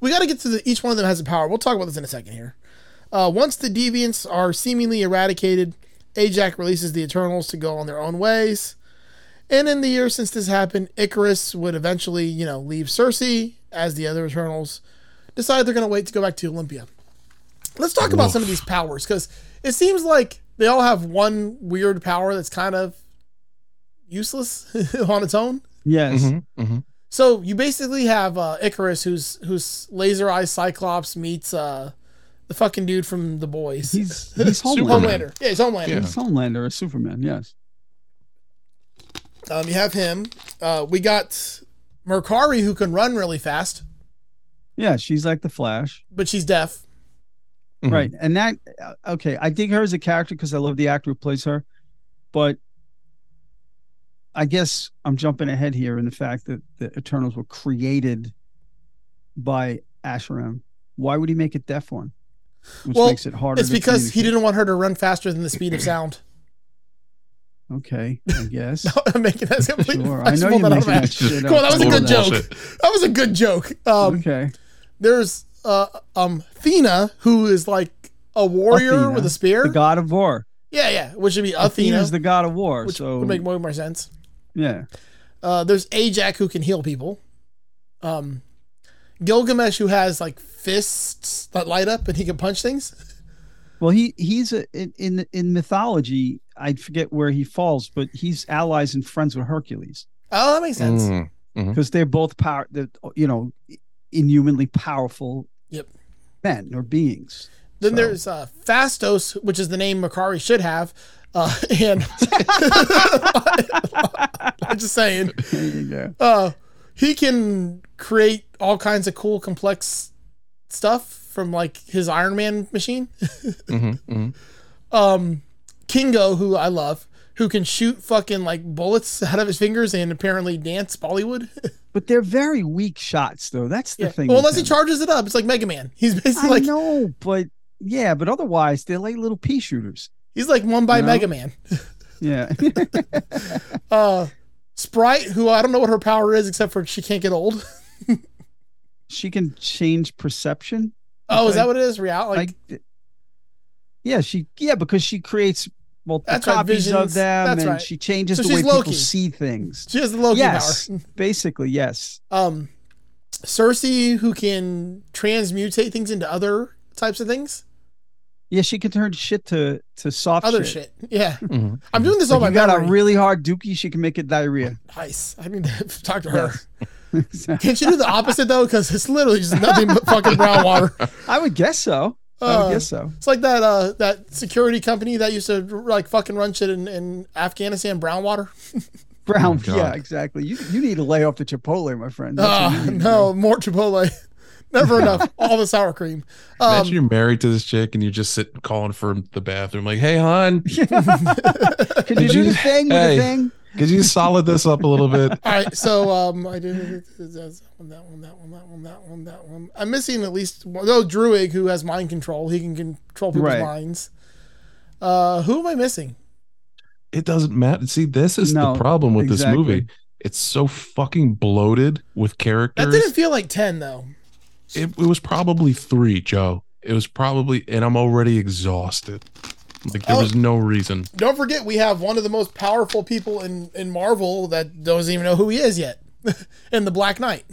we got to get to the, each one of them has a power. We'll talk about this in a second here. Uh, once the deviants are seemingly eradicated, Ajax releases the Eternals to go on their own ways. And in the year since this happened, Icarus would eventually, you know, leave Cersei as the other Eternals decide they're going to wait to go back to Olympia. Let's talk about some of these powers because it seems like they all have one weird power that's kind of useless on its own.
Yes.
Mhm, mhm.
So you basically have uh, Icarus, who's who's laser eyes Cyclops meets uh, the fucking dude from The Boys,
He's he's Homelander.
Homelander. Yeah, he's Homelander.
Yeah.
He's Homelander or Superman. Yes.
Um, you have him. Uh, we got Mercari, who can run really fast,
Yeah. She's like the Flash.
but she's deaf.
Mhm.
Right. And that, uh, okay, I dig her as a character because I love the actor who plays her. But I guess I'm jumping ahead here in the fact that the Eternals were created by Asheram. Why would he make a deaf one? which
Well,
makes it harder.
It's
to
because he
communicate.
didn't want her to run faster than the speed of sound.
Okay, I guess.
I'm making that completely.
sure. I know
pulled
you're
that out of
making
my
that
ass.
shit up.
Come on, that was a
Total
good joke.
bullshit.
That was a good joke. Um,
okay.
there's uh, um, Athena, who is like a warrior
Athena,
with a spear.
The god of war.
Yeah, yeah, which would be Athena,
Athena's the god of war.
which
so
would make way more sense.
yeah.
Uh, there's Ajax who can heal people. Um, Gilgamesh who has like fists that light up and he can punch things.
Well, he he's a, in in in mythology. I forget where he falls, but he's allies and friends with Hercules
Oh, that makes sense.
Mm.
because they're both power. They're, you know, inhumanly powerful.
Yep.
Men or beings.
Then
So-
there's uh, Fastos, which is the name Makari should have. Uh, and I'm just saying,
yeah.
uh, he can create all kinds of cool, complex stuff from like his Iron Man machine.
Mm-hmm,
Mhm, mhm.
um Kingo, who I love, who can shoot fucking like bullets out of his fingers and apparently dance Bollywood.
But they're very weak shots, though. That's the
Yeah.
thing.
well,
with
unless he
them.
charges it up, it's like Mega Man. He's
I
basically like
know, but yeah, but otherwise they're like little pea shooters.
he's like one by
No.
Mega Man.
Yeah.
Uh, Sprite, who I don't know what her power is except for she can't get old.
she can change perception.
Oh, is
Okay.
that what it is? Real like
Like, yeah, she yeah because she creates multiple
That's right,
copies
visions.
of them,
That's
and
right.
she changes
So
the
she's
way
Loki.
people see things.
she has the Loki
yes,
power.
basically yes.
Um, Cersei, who can transmutate things into other types of things,
Yeah, she can turn shit to to soft
other
shit. Mm-hmm.
shit. Yeah,
Mhm.
I'm doing this all
Like
by
you got a
memory.
really hard dookie, she can make it diarrhea.
nice. I need to talk to her. Can't you do the opposite though? Because it's literally just nothing but fucking brown water.
I would guess so. I
Uh,
would guess so.
It's like that uh, that security company that used to like fucking run shit in, in Afghanistan, brown water.
Brown.
Oh, God.
yeah, exactly. You you need to lay off the Chipotle, my friend. That's what you
Uh,
need to
no, more Chipotle. Never enough. All the sour cream. Um,
Imagine you're married to this chick and you're just sitting calling from the bathroom, like, "Hey, hon,
do.
Oh.
Could you
Did
do
you-
the thing with
Hey.
the thing?
could you solid this up a little bit?"
all right, so um, I did that one, that one, that one, that one, that one, that one. I'm missing at least one. No, Druig, who has mind control, he can control people's
Right.
minds. Uh, who am I missing?
It doesn't matter. See, this is
No,
the problem with
exactly.
this movie. It's so fucking bloated with
That
characters.
didn't feel like ten though.
it, it was probably three, Joe. It was probably, and I'm already exhausted. Like there
Oh.
was no reason.
Don't forget, we have one of the most powerful people in, in Marvel that doesn't even know who he is yet, in the Black Knight.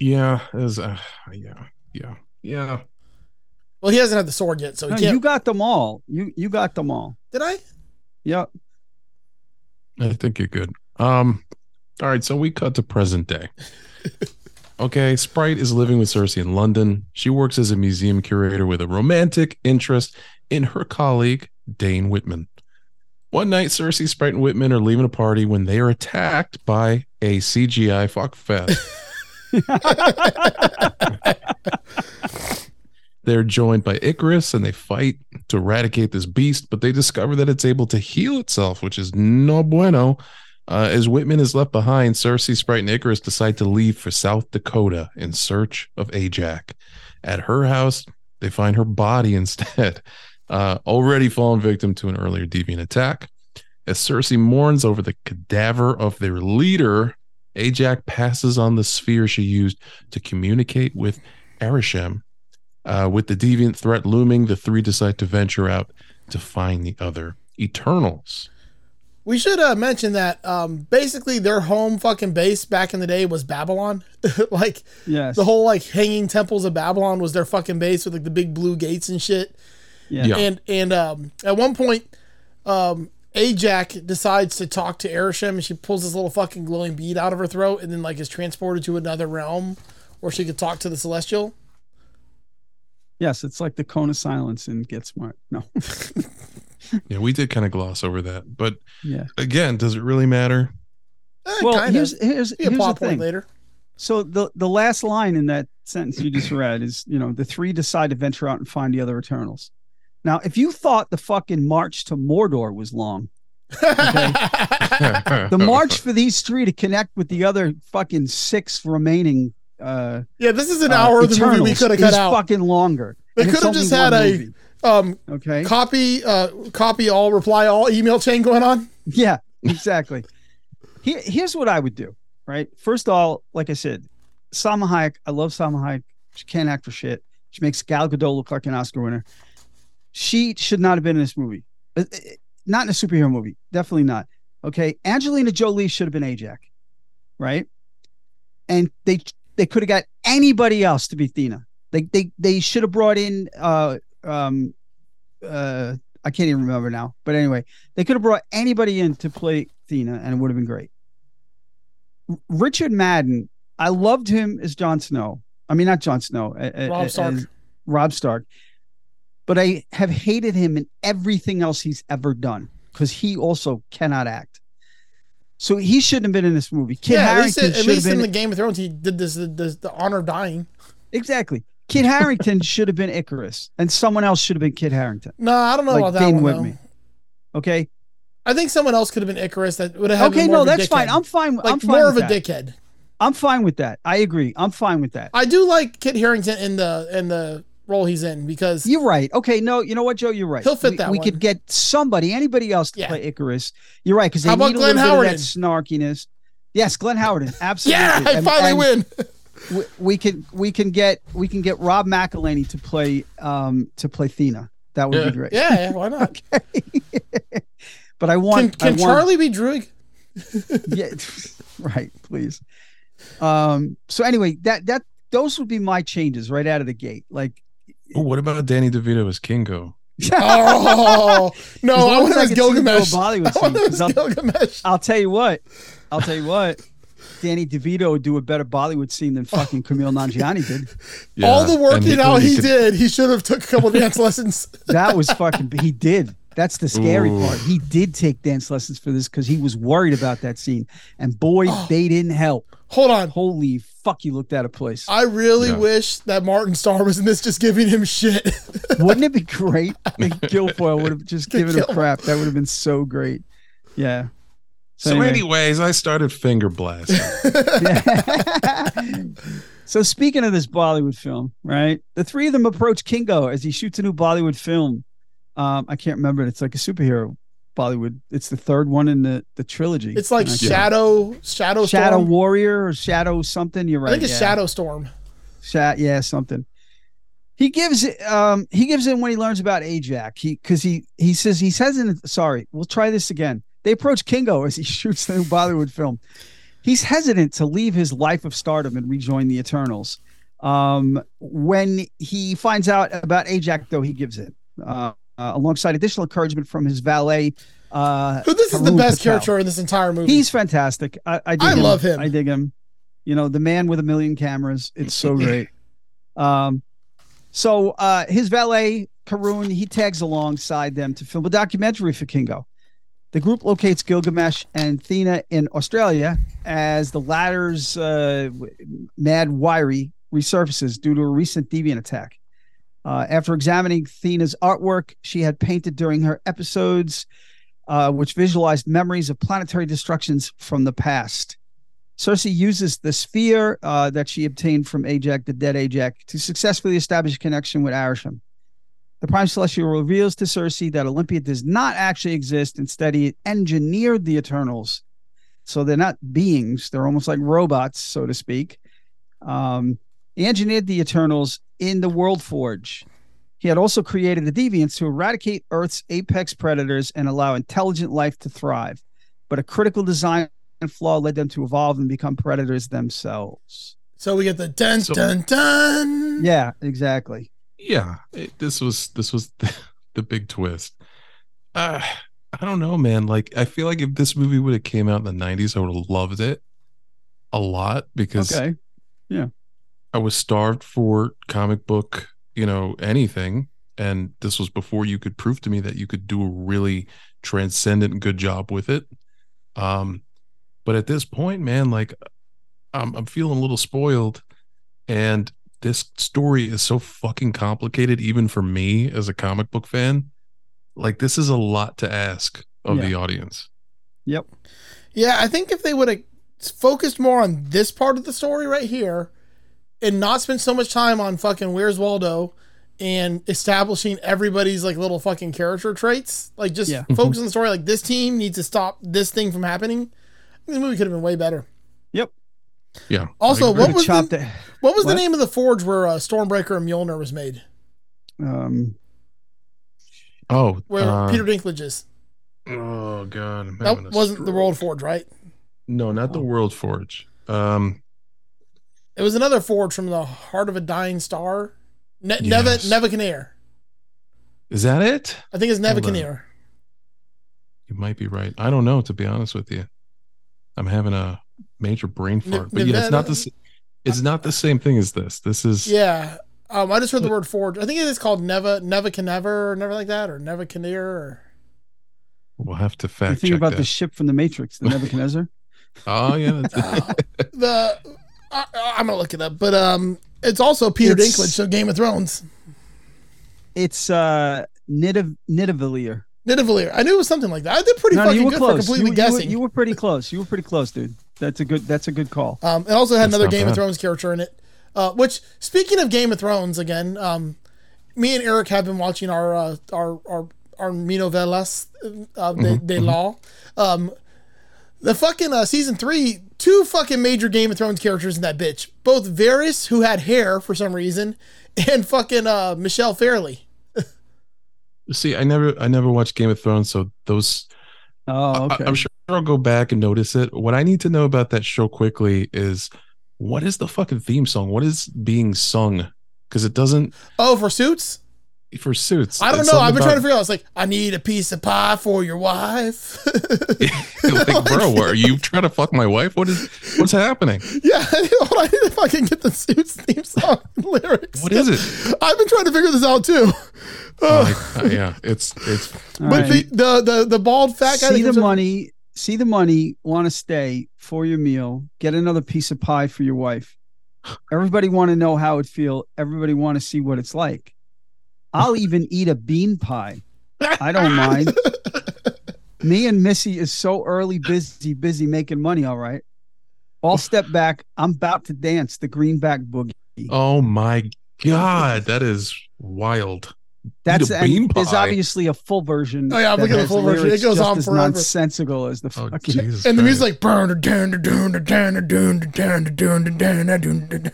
Yeah, it was, uh, yeah, yeah, yeah.
Well, he hasn't had the sword yet, so he
No,
can't.
you got them all. You you got them all.
Did I?
Yep.
I think you're good. Um, all right, so we cut to present day. Okay, Sprite is living with Cersei in London. She works as a museum curator with a romantic interest in her colleague, Dane Whitman. One night, Cersei, Sprite, and Whitman are leaving a party when they are attacked by a CGI fuckfest. They're joined by Icarus and they fight to eradicate this beast, but they discover that it's able to heal itself, which is no bueno. Uh, as Whitman is left behind, Cersei, Sprite, and Icarus decide to leave for South Dakota in search of Ajax. At her house, they find her body instead, uh, already fallen victim to an earlier deviant attack. As Cersei mourns over the cadaver of their leader, Ajax passes on the sphere she used to communicate with Arishem. Uh, with the deviant threat looming, the three decide to venture out to find the other Eternals.
We should uh, mention that um, basically their home fucking base back in the day was Babylon. like
Yes.
the whole like hanging temples of Babylon was their fucking base with like the big blue gates and shit.
Yeah.
Yeah.
And and um, at one point, um, Ajax decides to talk to Erisham, and she pulls this little fucking glowing bead out of her throat, and then like is transported to another realm where she could talk to the Celestial.
Yes, it's like the cone of silence in Get Smart. No.
Yeah, we did kind of gloss over that, but
Yeah.
again, does it really matter?
Eh,
Well,
kinda.
here's here's
Be a
here's the
plot point
thing.
later.
So the the last line in that sentence you just read is, you know, the three decide to venture out and find the other Eternals. Now, if you thought the fucking march to Mordor was long, the march for these three to connect with the other fucking six remaining uh
yeah, this is an
uh,
hour of the movie we
Eternals
could have cut
is
out.
fucking longer.
They
And it's
could have
only
just had
one
a
movie,
um,
okay.
copy, uh, copy all, reply all email chain going on.
Yeah, exactly. Here, here's what I would do. Right. First of all, like I said, Salma Hayek. I love Salma Hayek. She can't act for shit. She makes Gal Gadot look like an Oscar winner. She should not have been in this movie. Uh, uh, Not in a superhero movie. Definitely not. Okay. Angelina Jolie should have been Ajax. Right. And they they could have got anybody else to be Thena. They they they should have brought in uh um uh I can't even remember now. But anyway, they could have brought anybody in to play Thena, and it would have been great. R- Richard Madden, I loved him as Jon Snow. I mean, not Jon Snow, a- a-
Rob
as
Stark.
Rob Stark. But I have hated him in everything else he's ever done because he also cannot act. So he shouldn't have been in this movie. Kid
yeah, at least,
Harrington
it, at
should have
least in
been
the Game of Thrones, he did this, this the honor of dying.
exactly. Kid Harrington should have been Icarus, and someone else should have been Kid Harrington.
No, I don't know
Like
about that
Dean
one.
Whitney.
though.
Okay,
I think someone else could have been Icarus that would have had
okay,
more
no,
of a
that's fine.
dickhead.
I'm fine.
like
I'm fine
more
with
of a
that.
dickhead.
I'm fine with that. I agree. I'm fine with that.
I do like Kit Harrington in the in the role he's in because
You're right. Okay, no, you know what, Joe? You're right.
He'll fit
we,
that
We
one.
could get somebody, anybody else to
Yeah.
play Icarus. You're right because they
How about
need a little
Glenn
bit of that snarkiness. Yes, Glenn Howard. Absolutely.
yeah, I
And-
finally
and
win.
We, we can we can get we can get Rob McElhaney to play um to play Thena. That would
Yeah.
be great.
Yeah, yeah, why not?
But I
Can,
want I
can
want-
Charlie be Druig?
yeah, right. Please. Um. So anyway, that that those would be my changes right out of the gate. Like.
Ooh, what about Danny DeVito as Kingo?
Oh no,
As
I
long
want
as
him
I
as
can see Bill
Gilgamesh.
Bollywood
I want
scene,
him
'cause
as
I'll-
Gilgamesh.
I'll tell you what. I'll tell you what. Danny DeVito would do a better Bollywood scene than fucking Camille Nanjiani did.
All the work
and
you know
and
he
could-
did, he should have took a couple dance lessons.
That was fucking. He did. That's the scary
Ooh.
part. He did take dance lessons for this because he was worried about that scene. And boy, they didn't help.
Hold on.
Holy fuck, he looked out of place.
I really
Yeah.
wish that Martin Starr was in this just giving him shit.
Wouldn't it be great if Guilfoyle would have just given him
Guilfoyle.
crap? That would have been so great. Yeah.
So, anyways, I started finger blasting.
Yeah. so speaking of this Bollywood film, right? The three of them approach Kingo as he shoots a new Bollywood film. Um, I can't remember. it. It's like a superhero Bollywood. It's the third one in the the trilogy.
It's like
And I can't-
Shadow Shadow
Shadow
Storm.
Warrior or Shadow something. You're right.
I think it's
yeah.
Shadow Storm.
Sha- yeah, something. He gives it. Um, he gives in when he learns about Ajax. He because he he says he says in sorry. We'll try this again. They approach Kingo as he shoots the new Bollywood film. He's hesitant to leave his life of stardom and rejoin the Eternals. Um, when he finds out about Ajax, though, he gives in. Uh, uh, alongside additional encouragement from his valet. Uh,
Who this is the
Tarun
best
Patel.
character in this entire movie.
He's fantastic. I, I, dig
I love him.
I dig him. You know, the man with a million cameras. It's so great. um, so uh, his valet Karun he tags alongside them to film a documentary for Kingo. The group locates Gilgamesh and Thena in Australia as the latter's uh, w- mad wiry resurfaces due to a recent deviant attack. Uh, after examining Thena's artwork she had painted during her episodes, uh, which visualized memories of planetary destructions from the past. Cersei uses the sphere uh, that she obtained from Ajax, the dead Ajax, to successfully establish a connection with Arisham. The Prime Celestial reveals to Cersei that Olympia does not actually exist. Instead, he engineered the Eternals. So they're not beings, they're almost like robots, so to speak. Um, he engineered the Eternals in the World Forge. He had also created the deviants to eradicate Earth's apex predators and allow intelligent life to thrive. But a critical design flaw led them to evolve and become predators themselves.
so we get the dun
So-
dun dun.
Yeah, exactly.
yeah, it- this was this was the, the big twist. Uh, I don't know, man. Like, I feel like if this movie would have came out in the '90s, I would have loved it a lot because
Okay.
I was starved for comic book, you know, anything. And this was before you could prove to me that you could do a really transcendent good job with it. Um, but at this point, man, like I'm, I'm feeling a little spoiled. And this story is so fucking complicated, even for me as a comic book fan. Like, this is a lot to ask of the audience.
Yeah, I think if they would have focused more on this part of the story right here and not spent so much time on fucking Where's Waldo and establishing everybody's like little fucking character traits. Like just
Yeah.
Mm-hmm.
focus on the story. Like this team needs to stop this thing from happening. The movie could have been way better.
Yeah.
Also,
I agree.
What
Could've
was the-
chopped it.
What was
What?
the name of the forge where uh, Stormbreaker and Mjolnir was made?
Um,
Oh,
Where
uh,
Peter Dinklage is.
Oh God, I'm
That
having a
wasn't the
stroke.
World Forge, right?
No, not the
Oh.
World Forge. Um,
It was another forge from the heart of a dying star. Ne-
Yes.
Neva Nebuchadnezzar.
is that it?
I think it's
Hold on.
Nebuchadnezzar.
You might be right. I don't know. To be honest with you, I'm having a major brain
N-
fart. but yeah, it's not the. s- It's not the same thing as this. This is
Yeah. Um, I just heard the word forge. I think it is called Neva Neva Never or never like that or Neva or
We'll have to
you
fact
think
check
about
that.
the ship from the Matrix, the Nebuchadnezzar.
oh yeah, that's-
Uh, the I, I'm gonna look it up, but um, it's also Peter
It's-
Dinklage, so Game of Thrones.
it's uh, Nidav- Nidavellir.
Nidavellir. I knew it was something like that. I did pretty fucking good for
You,
completely
were- you were,
guessing.
you were pretty close. You were pretty close, dude. That's a good. That's a good call.
um, it also had
That's
another
not
Game of
bad.
Thrones character in it. Uh, which, speaking of Game of Thrones, again, um, me and Eric have been watching our uh, our our our minovelas uh, de,
Mm-hmm,
de law. Um, the fucking uh, season three, two fucking major Game of Thrones characters in that bitch. Both Varys, who had hair for some reason, and fucking uh, Michelle Fairley.
see, I never, I never watched Game of Thrones, so those.
Oh,
I,
okay.
I'm sure I'll go back and notice it. What I need to know about that show quickly is, what is the fucking theme song? What is being sung? Because it doesn't
Oh, for suits?
for suits.
I don't
it's
know. I've
something
been trying to
about-
figure out. It's like, I need a piece of pie for your wife.
like, bro, what, are you trying to fuck my wife? What is what's happening?
yeah, hold on. I need to fucking get the suits theme song lyrics.
What is it?
I've been trying to figure this out too. Uh,
Like, uh, yeah, it's it's
All
but
right.
the, the, the, the bald fat guy. that
see the
comes up-
money. See the money. Want to stay for your meal? Get another piece of pie for your wife. Everybody want to know how it feel. Everybody want to see what it's like. I'll even eat a bean pie. I don't mind. Me and Missy is so early busy, busy making money. All right. I'll step back. I'm about to dance the greenback boogie.
oh my god, that is wild.
That's
a
and
bean
there's
pie.
obviously a full version.
Oh, yeah, I'm
that
looking at the
has
full version. It
lyrics
goes
just
on
as
forever.
nonsensical as the
Oh
fucking.
Jesus!
And the music's
Christ.
like. "Burn, dun, dun, dun, dun, dun, dun, dun, dun, dun, dun, dun, dun."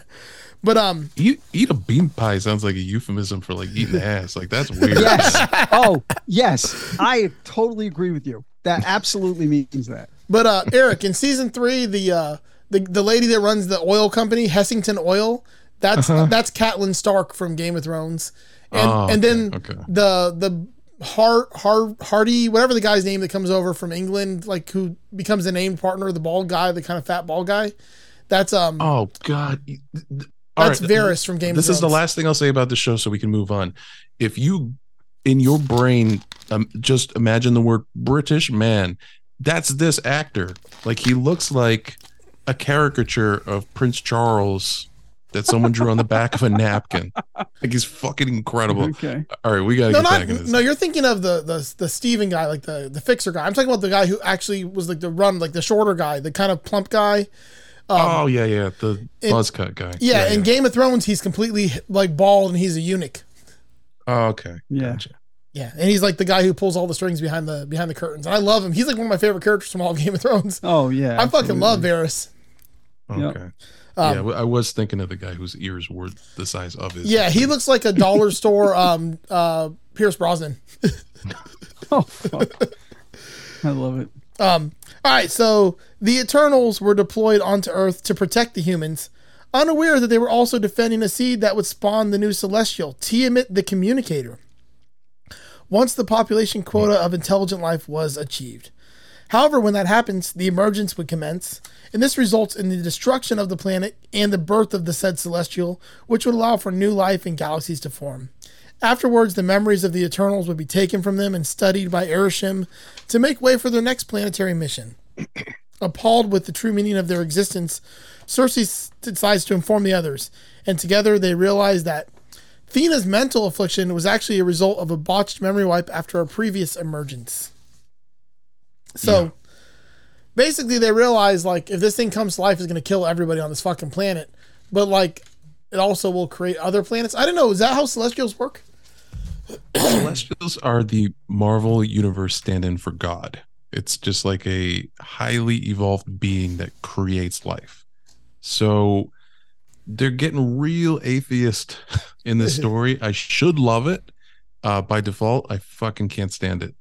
But, um,
eat, eat a bean pie sounds like a euphemism for like eating ass. Like that's weird.
Yes. oh, yes. I totally agree with you. That absolutely means that.
but, uh, Eric, in season three, the, uh, the, the lady that runs the oil company, Hessington Oil, that's that's Catelyn Stark from Game of Thrones, and
Uh-huh. Oh,
and then
okay, okay.
the the Har Har Hardy whatever the guy's name that comes over from England, like who becomes a named partner, the bald guy, the kind of fat bald guy. That's um
Oh god. All
that's
right,
Varys from Game
This
of Thrones.
is the last thing I'll say about the show, so we can move on. If you, in your brain, um, just imagine the word British man, that's this actor. Like he looks like a caricature of Prince Charles that someone drew on the back of a napkin. Like he's fucking incredible. Uh,
Okay.
All right, we gotta
Mm-hmm. No,
get
not
back into this.
no. um, You're thinking of the the the Steven guy, like the the fixer guy. I'm talking about the guy who actually was like the run, like the shorter guy, the kind of plump guy. Um,
oh yeah, yeah, the
it-
buzz cut guy.
Yeah, in Game of Thrones, he's completely like bald and he's a eunuch.
Oh, okay.
Yeah.
Gotcha.
Yeah, and he's like the guy who pulls all the strings behind the behind the curtains. And I love him. He's like one of my favorite characters from all of Game of Thrones.
Oh yeah.
I fucking
absolutely.
love Varys.
Yeah.
Okay.
Um,
yeah, w- I was thinking of the guy whose ears were the size of his.
Yeah, he looks like a dollar store um uh Pierce Brosnan.
Oh fuck. I love it.
Um all right, so the Eternals were deployed onto Earth to protect the humans, unaware that they were also defending a seed that would spawn the new celestial, Tiamat the Communicator. Once the population quota of intelligent life was achieved. However, when that happens, the emergence would commence, and this results in the destruction of the planet and the birth of the said celestial, which would allow for new life and galaxies to form. Afterwards, the memories of the Eternals would be taken from them and studied by Erishim to make way for their next planetary mission. Appalled with the true meaning of their existence, Cersei s- decides to inform the others, and together they realize that Fina's mental affliction was actually a result of a botched memory wipe after a previous emergence. So basically they realize like if this thing comes to life it's going to kill everybody on this fucking planet but like it also will create other planets. I don't know. Is that how celestials work?
Celestials are the Marvel universe stand-in for God. It's just like a highly evolved being that creates life. So they're getting real atheist in this story. I should love it. Uh, by default, I fucking can't stand it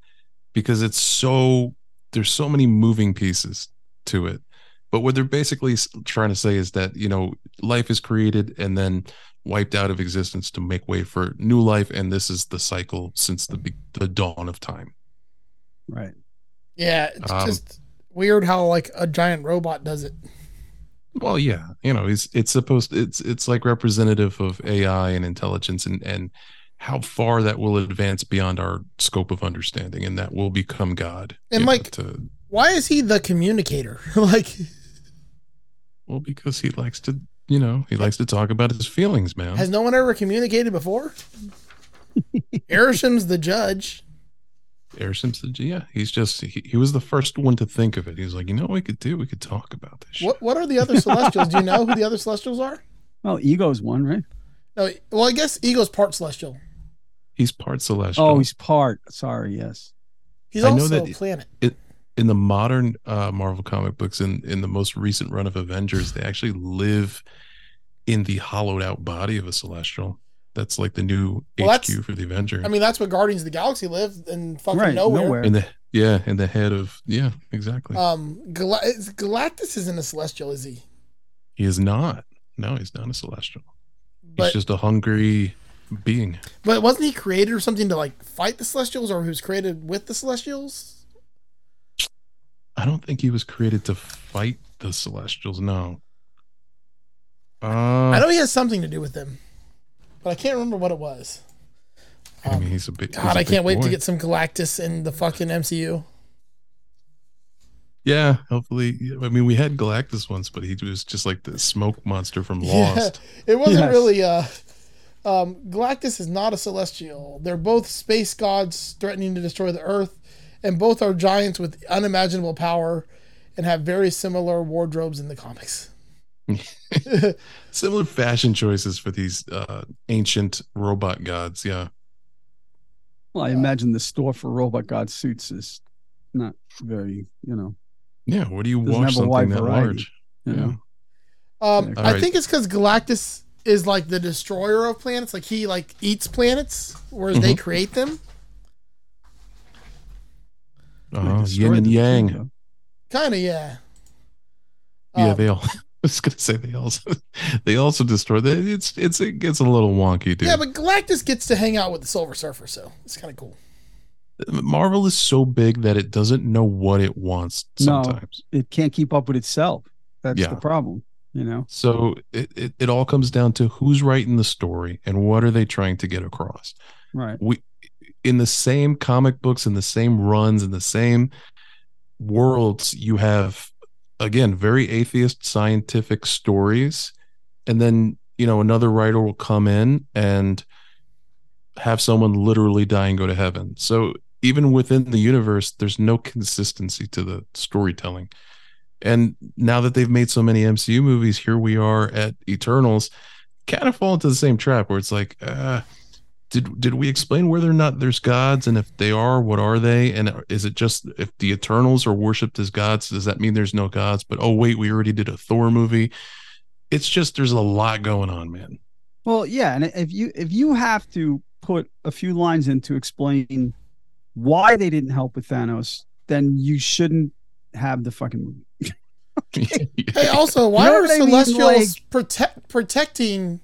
because it's so there's so many moving pieces to it. But what they're basically trying to say is that you know life is created and then wiped out of existence to make way for new life, and this is the cycle since the the dawn of time.
Right.
Yeah, it's um, just weird how like a giant robot does it.
Well, yeah, you know, it's it's supposed it's it's like representative of AI and intelligence and and how far that will advance beyond our scope of understanding, and that will become God.
And
you
like,
know, to,
why is he the communicator? like,
well, because he likes to, you know, he likes to talk about his feelings, man.
Has no one ever communicated before? Arisham's the judge.
Arisham's the yeah. He's just he, he was the first one to think of it. He was like, you know, what we could do, we could talk about this.
What What are the other Celestials? Do you know who the other Celestials are?
Well, Oh, Ego's one, right?
No, well, I guess Ego's part Celestial.
He's part Celestial.
Oh, he's part. Sorry, yes.
He's I also a planet.
It, in the modern uh, Marvel comic books, in in the most recent run of Avengers, they actually live in the hollowed out body of a Celestial. That's like the new well, HQ for the Avenger.
I mean, that's what Guardians of the Galaxy live in fucking right, nowhere. nowhere.
In the yeah, in the head of yeah, exactly.
Um, Gal- Galactus isn't a Celestial, is he?
He is not. No, he's not a Celestial. But, he's just a hungry being.
But wasn't he created or something to like fight the Celestials, or he was created with the Celestials?
I don't think he was created to fight the Celestials. No.
Uh, I know he has something to do with them, but I can't remember what it was.
Um, I mean, he's a big.
God, I I can't boy. wait to get some Galactus in the fucking MCU.
Yeah, hopefully. I mean, we had Galactus once, but he was just like the smoke monster from Lost.
Yeah, it wasn't yes. really. Uh, um, Galactus is not a celestial. They're both space gods threatening to destroy the Earth and both are giants with unimaginable power and have very similar wardrobes in the comics.
similar fashion choices for these uh, ancient robot gods, yeah.
Well, I imagine the store for robot god suits is not very, you know.
Yeah, what do you wash something that variety, large?
You know?
Yeah. Um, I right. think it's because Galactus is like the destroyer of planets. Like he like eats planets, whereas mm-hmm. they create them.
Uh-huh. Yin and Yang.
Kind of, yeah. Uh,
Yeah, um, they all. I was gonna say they also they also destroy. They, it's it's it gets a little wonky, dude.
Yeah, but Galactus gets to hang out with the Silver Surfer, so it's kind of cool.
Marvel is so big that it doesn't know what it wants. Sometimes
no, it can't keep up with itself. That's yeah. the problem, you know.
So it, it it all comes down to who's writing the story and what are they trying to get across.
Right.
We in the same comic books in the same runs in the same worlds you have again very atheist scientific stories and then you know another writer will come in and have someone literally die and go to heaven so even within the universe there's no consistency to the storytelling and now that they've made so many MCU movies here we are at Eternals kind of fall into the same trap where it's like uh did did we explain whether or not there's gods and if they are what are they and is it just if the eternals are worshipped as gods does that mean there's no gods but oh wait we already did a thor movie it's just there's a lot going on man
well yeah and if you if you have to put a few lines in to explain why they didn't help with thanos then you shouldn't have the fucking movie
okay. yeah. hey also why you know are celestials mean, like, protect protecting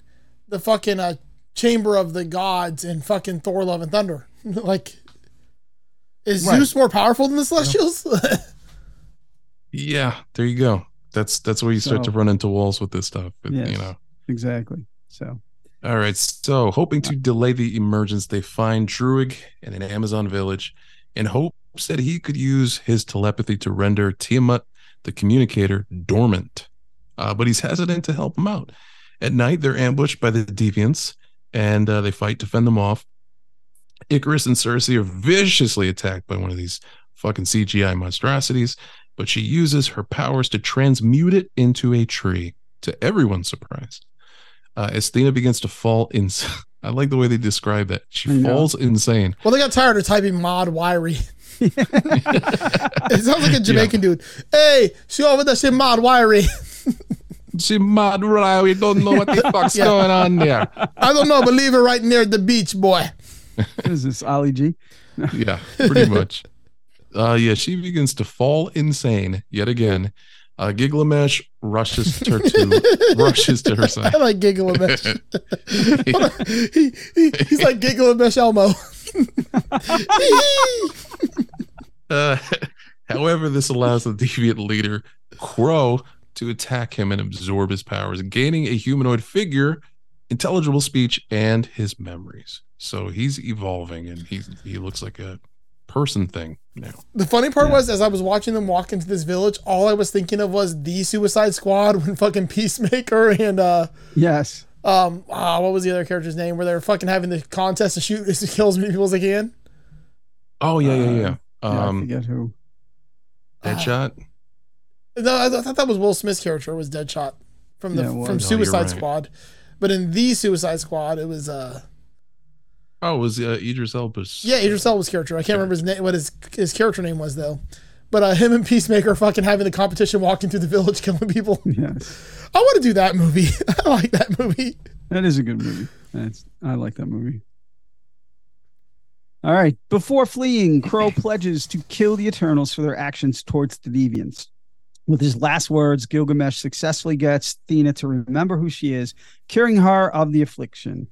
the fucking uh chamber of the gods and fucking Thor Love and Thunder. like is right. Zeus more powerful than the Celestials?
Yeah. yeah, there you go. That's that's where you start so, to run into walls with this stuff. It, yes, you know.
Exactly. So
all right. So hoping to delay the emergence, they find Druig in an Amazon village and hopes that he could use his telepathy to render Tiamat, the communicator, dormant. Uh, but he's hesitant to help him out. At night, they're ambushed by the deviants and uh, they fight to fend them off. Icarus and Circe are viciously attacked by one of these fucking CGI monstrosities, but she uses her powers to transmute it into a tree, to everyone's surprise. Uh, as Thena begins to fall in, I like the way they describe that.
I
She
know.
falls insane.
Well, they got tired of typing mod wiry. it sounds like a Jamaican dude. Hey, she over there, she mod wiry.
She mad right. We don't know what the fuck's
Yeah.
going on there.
I don't know, but leave her right near the beach, boy.
What is this, Ollie G?
yeah, pretty much. Uh, yeah, she begins to fall insane yet again. Uh, Giglamesh rushes to her to, rushes to her side.
I like giggling mesh. he, he, he's like giggling mesh Elmo.
Uh, however, this allows the deviant leader Crow to attack him and absorb his powers, gaining a humanoid figure, intelligible speech, and his memories. So he's evolving, and he's he looks like a person thing now.
The funny part
Yeah.
was, as I was watching them walk into this village, all I was thinking of was the Suicide Squad when fucking Peacemaker and uh,
Yes.
um, ah, what was the other character's name? Where they were fucking having the contest to shoot as kill as many people as they can.
Oh yeah, yeah, yeah.
Yeah, I
um,
forget who.
Deadshot.
No, I, th- I thought that was Will Smith's character was Deadshot from the
Yeah, it was.
from
No, you're
Suicide
right.
Squad, but in the Suicide Squad, it was uh,
Oh, it was uh, Idris Elba's?
yeah, Idris Elba's character. I can't remember his name, what his his character name was though. But uh, him and Peacemaker fucking having the competition, walking through the village, killing people.
Yes.
I want to do that movie. I like that movie.
That is a good movie. That's I like that movie. All right. Before fleeing, Crow pledges to kill the Eternals for their actions towards the Deviants. With his last words, Gilgamesh successfully gets Athena to remember who she is, curing her of the affliction.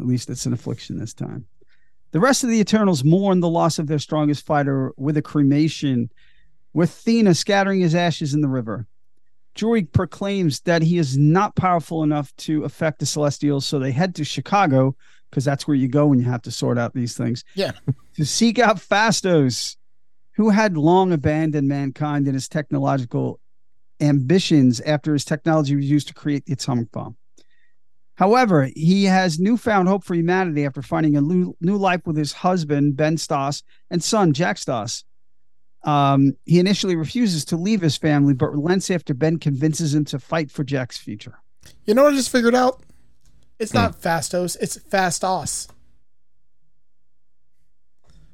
At least it's an affliction this time. The rest of the Eternals mourn the loss of their strongest fighter with a cremation, with Athena scattering his ashes in the river. Druig proclaims that he is not powerful enough to affect the Celestials, so they head to Chicago because that's where you go when you have to sort out these things.
Yeah.
to seek out Fastos, who had long abandoned mankind in his technological ambitions after his technology was used to create the atomic bomb. However, he has newfound hope for humanity after finding a new, new life with his husband, Ben Stoss, and son, Jack Stoss. Um, he initially refuses to leave his family, but relents after Ben convinces him to fight for Jack's future.
You know what I just figured out? It's
Hmm.
not Fastos, it's Fastos.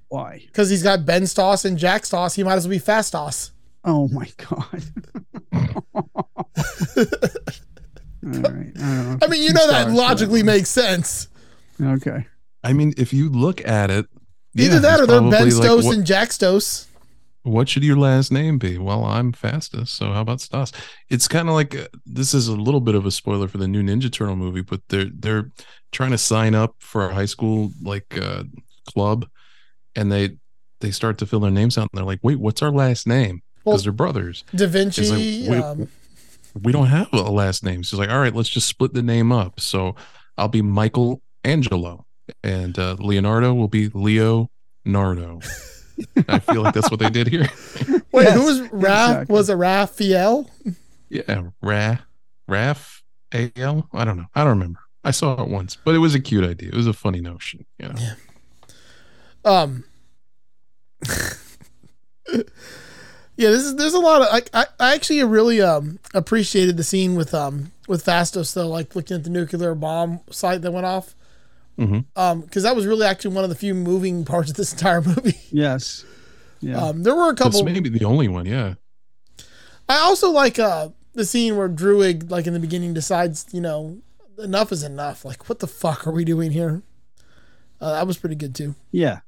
Why?
Because he's got Ben Stoss and Jack Stoss, he might as well be Fastos.
Oh my god! All right. I, don't know.
I mean, you
Two
know that
stars for
logically makes sense.
one. Okay.
I mean, if you look at it,
Either
yeah,
that
it's
or they're Ben
probably like,
Stos
what,
and Jack Stos.
what should your last name be? Well, I'm fastest, so how about Stas? It's kind of like uh, this is a little bit of a spoiler for the new Ninja Turtle movie, but they're they're trying to sign up for a high school like uh, club, and they they start to fill their names out, and they're like, "Wait, what's our last name?"
Well-
Because they're brothers.
Da Vinci.
It's like, wait,
um,
We don't have a last name. She's like, "All right, let's just split the name up." So I'll be Michael Angelo, and uh, Leonardo will be Leo Nardo. I feel like that's what they did here.
wait,
Yes,
who was Ra?
exactly.
Was it Raphael?
Yeah, Ra, Raf, A L. I don't know. I don't remember. I saw it once, but it was a cute idea. It was a funny notion. You know?
Um. yeah, this is there's a lot of like I, I actually really um appreciated the scene with um with Fastos though, like looking at the nuclear bomb site that went off.
Mhm.
Um, because that was really actually one of the few moving parts of this entire movie.
Yes. Yeah.
Um, there were a
That's
couple.
maybe the only one. Yeah.
I also like uh the scene where Druid, like in the beginning, decides you know enough is enough. Like, what the fuck are we doing here? Uh, that was pretty good too.
yeah.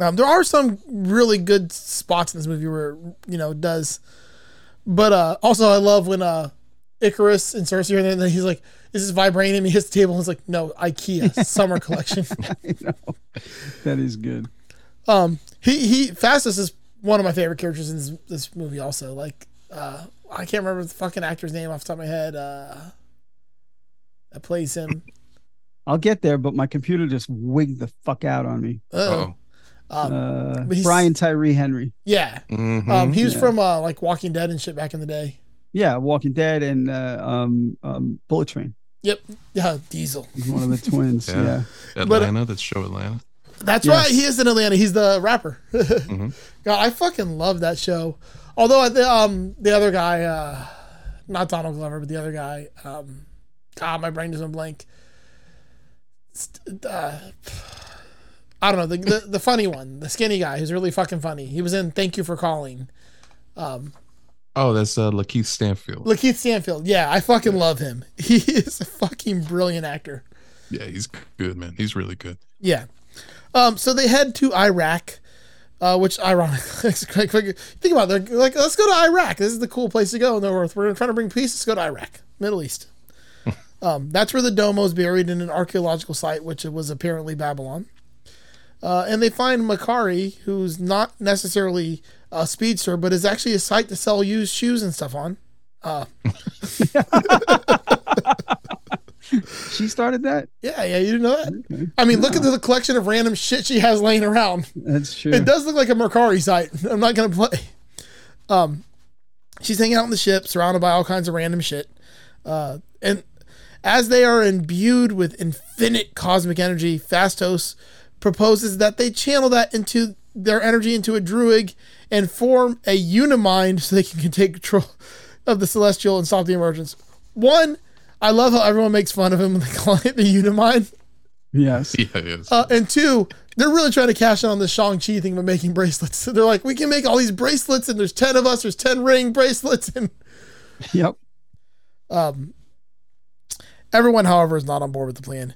Um, there are some really good spots in this movie where you know it does, but uh, also I love when uh, Icarus and Cersei are there, and then he's like, "This is vibranium." He hits the table and he's like, "No, IKEA summer collection."
I know. That is good.
Um, he he Fastus is one of my favorite characters in this, this movie. Also, like uh, I can't remember the fucking actor's name off the top of my head. Uh, that plays him.
I'll get there, but my computer just wigged the fuck out on me.
Uh,
Oh.
um,
Uh,
but he's-
Brian Tyree Henry.
yeah,
Mhm.
um, he was
Yeah.
from uh, like Walking Dead and shit back in the day.
Yeah, Walking Dead and uh, um, um, Bullet Train.
Yeah, Diesel.
He's one of the twins.
Yeah.
yeah.
but- uh,
Atlanta. that's show Atlanta.
That's
Yes.
right. He is in Atlanta. He's the rapper. God, I fucking love that show. Although I th- um the other guy, uh, not Donald Glover, but the other guy, um, God, my brain doesn't blank. St- uh, I don't know the, the the funny one, the skinny guy who's really fucking funny. He was in Thank You for Calling. Um,
Oh, that's uh, Lakeith Stanfield.
Lakeith Stanfield. Yeah, I fucking love him. He is a fucking brilliant actor.
yeah, he's good, man. He's really good.
Yeah. Um, so they head to Iraq, uh, which ironic. think about it. They're like, let's go to Iraq. This is the cool place to go in the earth. We're trying to bring peace. Let's go to Iraq, Middle East. um, that's where the Domo's buried in an archaeological site, which was apparently Babylon. Uh, and they find Makari, who's not necessarily a speedster, but is actually a site to sell used shoes and stuff on.
She started that.
Yeah, yeah, you didn't know that. I mean, look at the collection of random shit she has laying around.
That's true.
It does look like a Mercari site. I'm not gonna play. Um, she's hanging out on the ship, surrounded by all kinds of random shit. Uh, and as they are imbued with infinite cosmic energy, Fastos proposes that they channel that into their energy into a druid and form a unimind so they can take control of the celestial and stop the emergence. One, I love how everyone makes fun of him when they call it the unimind.
Yes.
Yeah, it is.
Uh, and two, they're really trying to cash in on the Shang-Chi thing by making bracelets. So they're like, we can make all these bracelets, and there's 10 of us, there's 10 ring bracelets. And
Yep.
um, everyone, however, is not on board with the plan.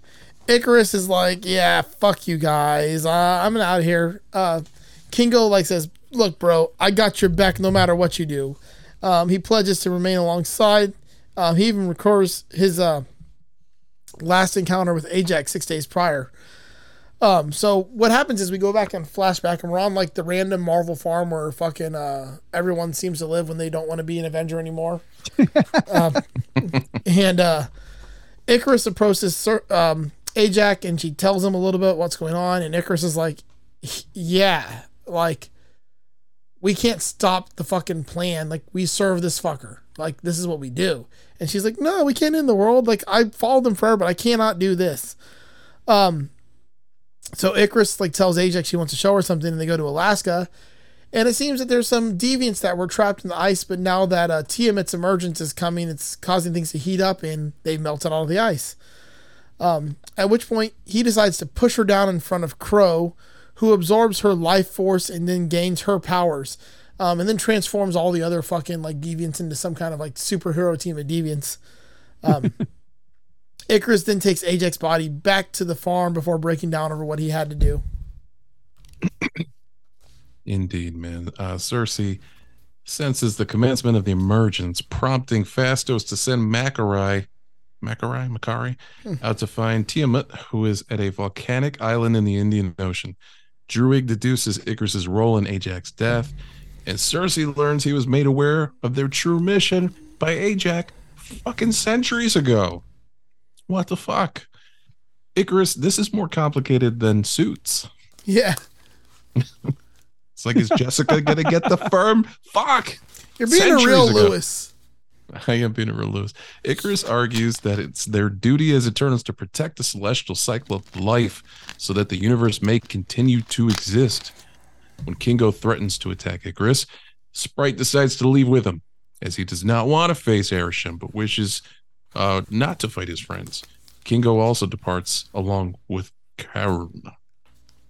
Icarus is like, yeah, fuck you guys. Uh, I'm out of here. Uh, Kingo like says, look, bro, I got your back no matter what you do. Um, he pledges to remain alongside. Uh, he even records his uh, last encounter with Ajax six days prior. Um, so what happens is we go back and flashback, and we're on like the random Marvel farm where fucking uh, everyone seems to live when they don't want to be an Avenger anymore. um, and uh, Icarus approaches Sir- um, Ajax, and she tells him a little bit what's going on, and Icarus is like, "Yeah, like we can't stop the fucking plan. Like we serve this fucker. Like this is what we do." And she's like, "No, we can't end the world. Like I followed them forever, but I cannot do this." Um, so Icarus like tells Ajax she wants to show her something, and they go to Alaska. And it seems that there's some deviants that were trapped in the ice, but now that uh, Tiamat's emergence is coming, it's causing things to heat up, and they melted all the ice. Um, at which point, he decides to push her down in front of Crow, who absorbs her life force and then gains her powers, um, and then transforms all the other fucking like deviants into some kind of like superhero team of deviants. Um, Icarus then takes Ajax's body back to the farm before breaking down over what he had to do.
Indeed, man. Uh, Cersei senses the commencement of the emergence, prompting Fastos to send Macari, Macari, Macari, out to find Tiamat, who is at a volcanic island in the Indian Ocean. Druig deduces Icarus's role in Ajax's death, and Cersei learns he was made aware of their true mission by Ajax fucking centuries ago. What the fuck? Icarus, this is more complicated than suits.
Yeah,
It's like, is Jessica gonna get the firm? Fuck!
you're being
Centuries
a real
ago.
Lewis.
I am being a real loose. Icarus argues that it's their duty as Eternals to protect the celestial cycle of life so that the universe may continue to exist. When Kingo threatens to attack Icarus, Sprite decides to leave with him, as he does not want to face Arishem, but wishes uh, not to fight his friends. Kingo also departs along with Karun.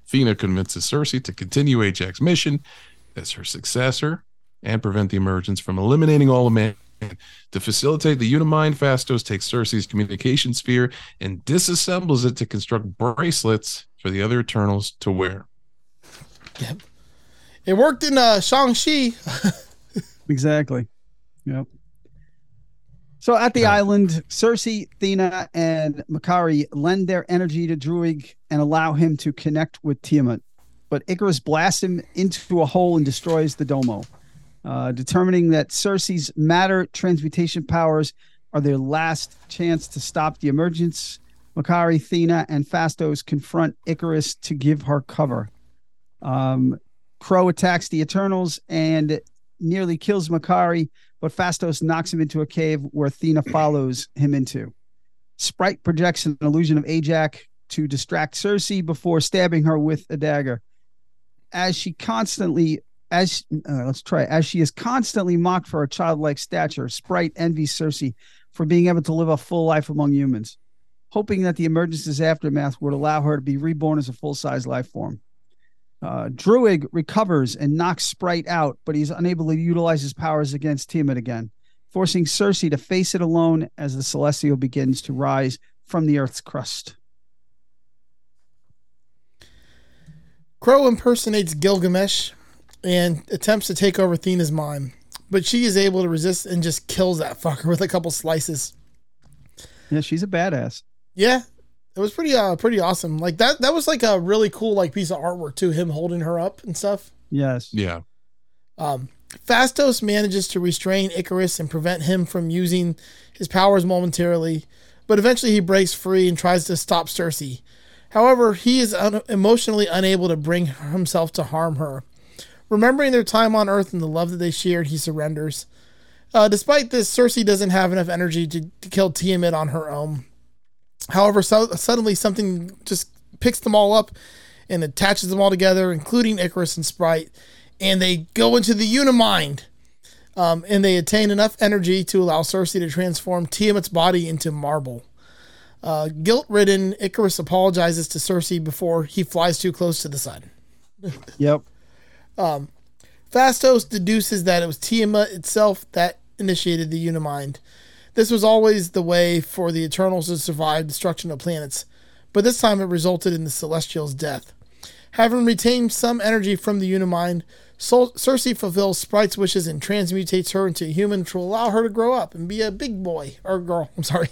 Fina convinces Cersei to continue Ajax's mission as her successor and prevent the emergence from eliminating all of man. To facilitate the Unimind, Fastos takes Cersei's communication sphere and disassembles it to construct bracelets for the other Eternals to wear.
It worked in uh, Shang-Chi.
Exactly. Yep. So at the island, Cersei, Thena, and Makari lend their energy to Druig and allow him to connect with Tiamat. But Icarus blasts him into a hole and destroys the Domo, uh, determining that Cersei's matter transmutation powers are their last chance to stop the emergence. Makari, Thena, and Fastos confront Icarus to give her cover. Um, Crow attacks the Eternals, and nearly kills Makari, but Fastos knocks him into a cave where Athena follows him into. Sprite projects an illusion of Ajax to distract Cersei before stabbing her with a dagger. As she constantly as she, uh, let's try it. as she is constantly mocked for her childlike stature, Sprite envies Cersei for being able to live a full life among humans, hoping that the emergence's aftermath would allow her to be reborn as a full-size life form. Uh, Druig recovers and knocks Sprite out, but he's unable to utilize his powers against Tiamat again, forcing Cersei to face it alone as the Celestial begins to rise from the Earth's crust.
Crow impersonates Gilgamesh and attempts to take over Athena's mind, but she is able to resist and just kills that fucker with a couple slices.
Yeah, she's a badass.
Yeah, it was pretty uh pretty awesome. Like that that was like a really cool like piece of artwork too. Him holding her up and stuff.
Yes.
Yeah.
Um, Fastos manages to restrain Icarus and prevent him from using his powers momentarily, but eventually he breaks free and tries to stop Cersei. However, he is un- emotionally unable to bring himself to harm her. Remembering their time on Earth and the love that they shared, he surrenders. Uh, despite this, Cersei doesn't have enough energy to, to kill Tiamat on her own. However, so- suddenly something just picks them all up and attaches them all together, including Icarus and Sprite, and they go into the Unimind. Um, and they attain enough energy to allow Cersei to transform Tiamat's body into marble. Uh, Guilt ridden, Icarus apologizes to Cersei before he flies too close to the sun.
Yep.
Um, Fastos deduces that it was Tiamat itself that initiated the Unimind. This was always the way for the Eternals to survive destruction of planets, but this time it resulted in the Celestials' death. Having retained some energy from the Unimind, Sol- Cersei fulfills Sprite's wishes and transmutates her into a human to allow her to grow up and be a big boy or girl. I'm sorry.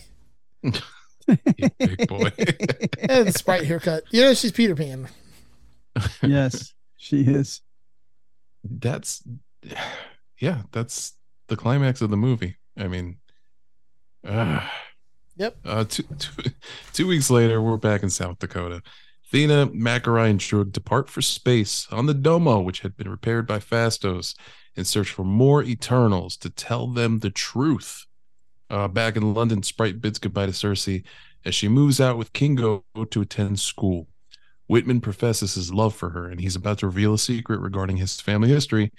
You big boy.
and the Sprite haircut. Yeah, she's Peter Pan.
yes, she is.
that's yeah, that's the climax of the movie. I mean, ah.
Yep.
Uh, two, two, two weeks later, we're back in South Dakota. Athena, Macarai, and Drug depart for space on the Domo, which had been repaired by Fastos, in search for more Eternals to tell them the truth. Uh, back in London, Sprite bids goodbye to Cersei as she moves out with Kingo to attend school. Whitman professes his love for her, and he's about to reveal a secret regarding his family history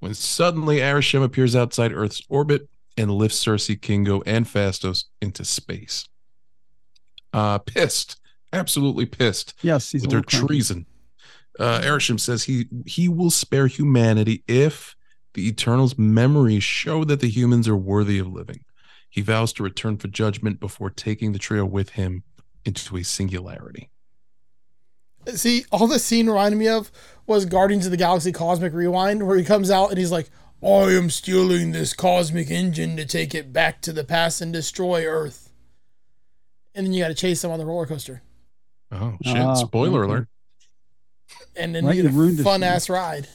when suddenly Arishem appears outside Earth's orbit and lifts Cersei, Kingo, and Fastos into space. Uh, pissed, absolutely pissed
Yes, he's a
with their
little cranky.
treason. Uh, Ereshkigal says he he will spare humanity if the Eternals' memories show that the humans are worthy of living. He vows to return for judgment before taking the trio with him into a singularity.
See, all this scene reminded me of was Guardians of the Galaxy Cosmic Rewind, where he comes out and he's like, I am stealing this cosmic engine to take it back to the past and destroy Earth. And then you got to chase him on the roller coaster.
Oh shit!
Ah,
Spoiler
okay.
alert.
And then
Right,
you get
you ruined
a
it
fun
for me.
ass ride.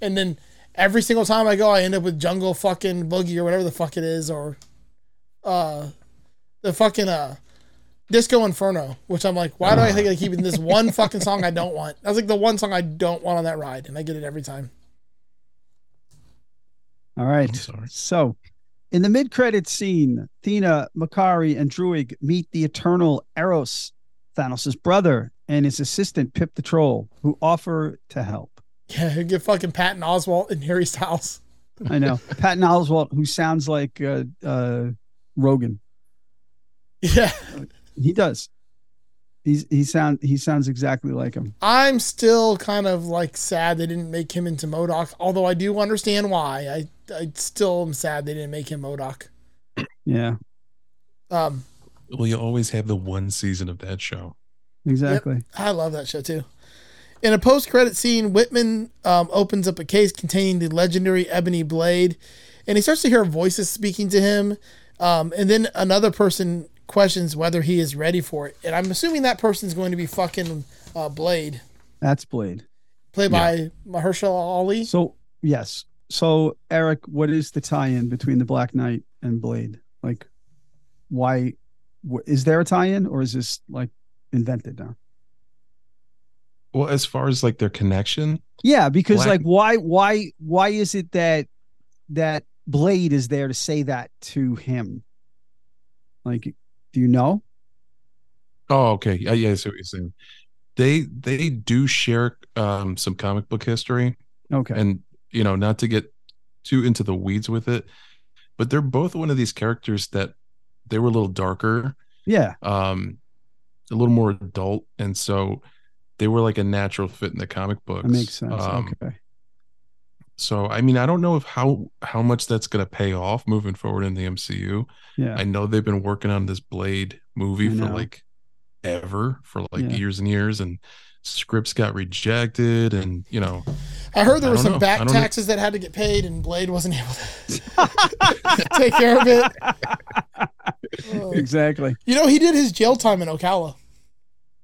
And then every single time I go, I end up with Jungle fucking Boogie or whatever the fuck it is, or uh, the fucking uh, Disco Inferno, which I'm like, why do I think I keep in this one fucking song I don't want? That's like the one song I don't want on that ride, and I get it every time.
All right.
I'm sorry.
So, in the mid-credit scene, Thena, Makari, and Druig meet the Eternal Eros, Thanos' brother, and his assistant Pip the Troll, who offer to help.
Yeah, you get fucking Patton Oswalt and Harry Styles.
I know Patton Oswalt, who sounds like uh, uh, Rogan.
Yeah,
He does. He's, he sound he sounds exactly like him.
I'm still kind of like sad they didn't make him into Modoc, although I do understand why. I, I still am sad they didn't make him Modoc.
Yeah,
Um,
Well, you always have the one season of that show.
exactly.
I love that show too. In a post-credit scene, Whitman um, opens up a case containing the legendary Ebony Blade, and he starts to hear voices speaking to him. Um, and then another person questions whether he is ready for it, and I'm assuming that person's going to be fucking uh, Blade,
That's Blade.
played by Mahershala Ali.
So yes. So Eric, what is the tie-in between the Black Knight and Blade? Like, why wh- is there a tie-in, or is this like invented now?
Well, as far as like their connection,
Yeah, because
Black-
like, why, why, why is it that that Blade is there to say that to him? Like, do you know?
Oh, okay. Yeah, yeah, I see what you're saying. They they do share um some comic book history
Okay,
and you know, not to get too into the weeds with it, but they're both one of these characters that they were a little darker,
Yeah.
um, a little more adult, and so they were like a natural fit in the comic books.
That makes sense.
Um,
okay.
So I mean, I don't know if how how much that's gonna pay off moving forward in the MCU.
Yeah.
I know they've been working on this Blade movie
I
for
know.
like ever, for like
Yeah.
years and years, and scripts got rejected, and you know,
I heard there
I
were
don't
some
know. I
back
don't know.
taxes that had to get paid, and Blade wasn't able to take care of it. Uh,
exactly.
you know, he did his jail time in Ocala.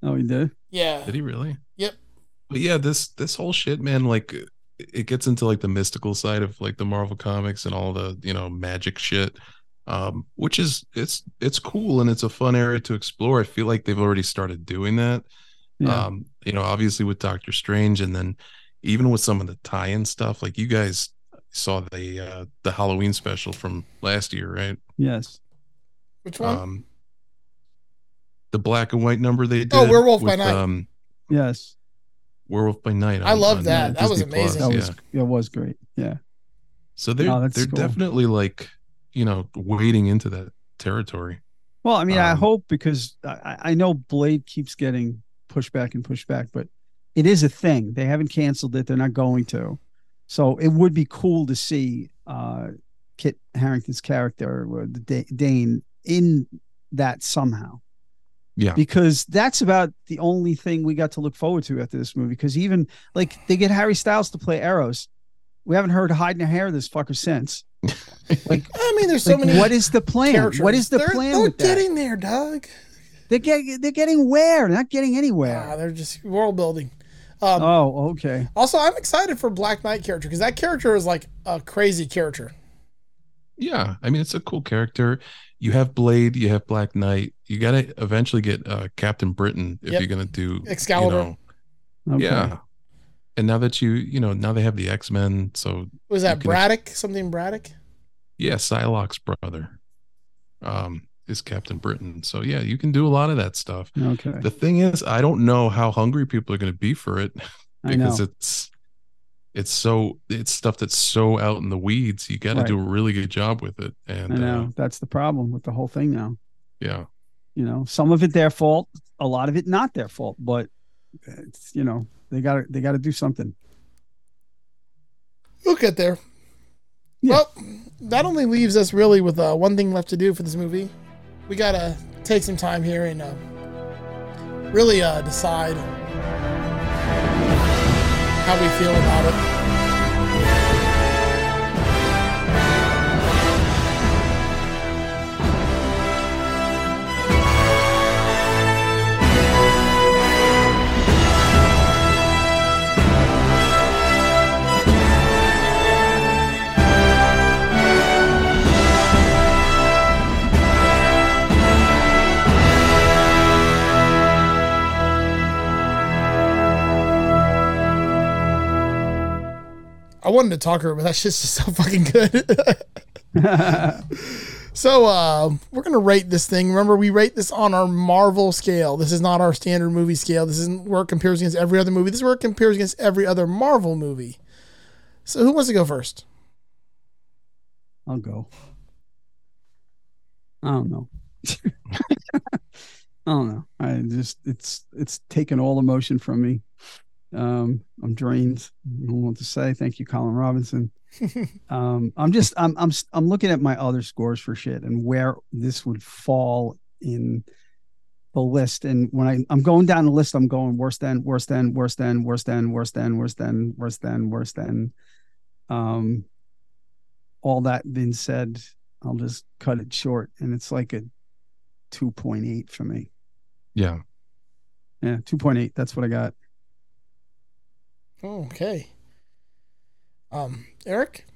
Oh, he did.
Yeah,
did he really?
Yep.
But yeah, this this whole shit, man, like it- it gets into like the mystical side of like the Marvel comics and all the you know magic shit, um, which is it's it's cool and it's a fun area to explore. I feel like they've already started doing that.
Yeah.
um you know obviously with doctor strange and then even with some of the tie-in stuff like you guys saw the uh the halloween special from last year right
yes.
which one?
um the black and white number they did
Oh, Werewolf by
with,
Night.
um
Yes.
werewolf by night
I love that.
uh,
That was
Disney Plus,
amazing.
That was
yeah.
that was great. Yeah.
so they're
Oh, that's
they're
cool.
definitely like you know wading into that territory
Well, I mean, I
Um,
hope because I- I, I know Blade keeps getting pushed back and pushed back, but it is a thing. They haven't canceled it. They're not going to. So it would be cool to see uh, Kit Harrington's character or the Da- Dane in that somehow.
Yeah.
Because that's about the only thing we got to look forward to after this movie. Because even like they get Harry Styles to play arrows. We haven't heard hide in a hair of this fucker since.
I mean, there's so
Like,
many.
what is the plan?
characters.
What is the
they're,
plan
They're
with that?
getting there, Doug.
They're getting they're getting where? They're not getting
Ah,
anywhere.
they're just world building. Um,
oh, okay.
Also, I'm excited for Black Knight character because that character is like a crazy character.
yeah i mean it's a cool character you have blade you have black knight you gotta eventually get uh captain britain if
Yep.
you're gonna do
Excalibur.
you know,
okay.
Yeah. And now that you, you know, now they have the X Men. So
Was that
You can-
Braddock? Something Braddock?
yeah, Psylocke's brother um, is Captain Britain. So yeah, you can do a lot of that stuff.
Okay.
The thing is, I don't know how hungry people are going to be for it
I know.
because it's it's so it's stuff that's so out in the weeds. You got to
Right.
do a really good job with it.
I
And
know.
Uh,
That's the problem with the whole thing now.
yeah,
You know, some of it their fault, a lot of it not their fault, but it's, you know, they got to they got to do something.
We'll get there.
Yeah.
Well, that only leaves us really with uh, one thing left to do for this movie. We gotta take some time here and uh, really uh, decide how we feel about it. I wanted to talk to her, but that shit's just so fucking good. so uh, we're gonna rate this thing. Remember, we rate this on our Marvel scale. This is not our standard movie scale. This isn't where it compares against every other movie. This is where it compares against every other Marvel movie. So who wants to go first?
I'll go. I don't know. I don't know. I just it's it's taken all emotion from me. Um, I'm drained. I don't know what to say. Thank you, Colin Robinson. um, I'm just I'm I'm s- I'm looking at my other scores for shit and where this would fall in the list. And when I I'm going down the list, I'm going worse than worse than worse than worse than worse than worse than worse than worse than. Um, all that being said, I'll just cut it short. And it's like a 2.8 for me.
yeah.
Yeah, 2.8. That's what I got.
Okay. Um, Eric.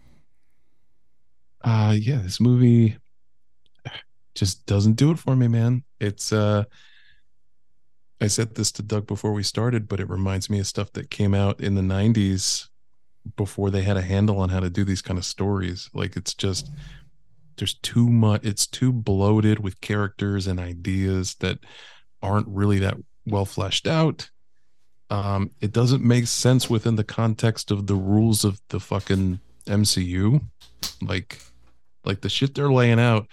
uh yeah this movie just doesn't do it for me man it's uh i said this to doug before we started but it reminds me of stuff that came out in the 90s before they had a handle on how to do these kind of stories like it's just there's too much it's too bloated with characters and ideas that aren't really that well fleshed out Um, it doesn't make sense within the context of the rules of the fucking MCU, like, like the shit they're laying out.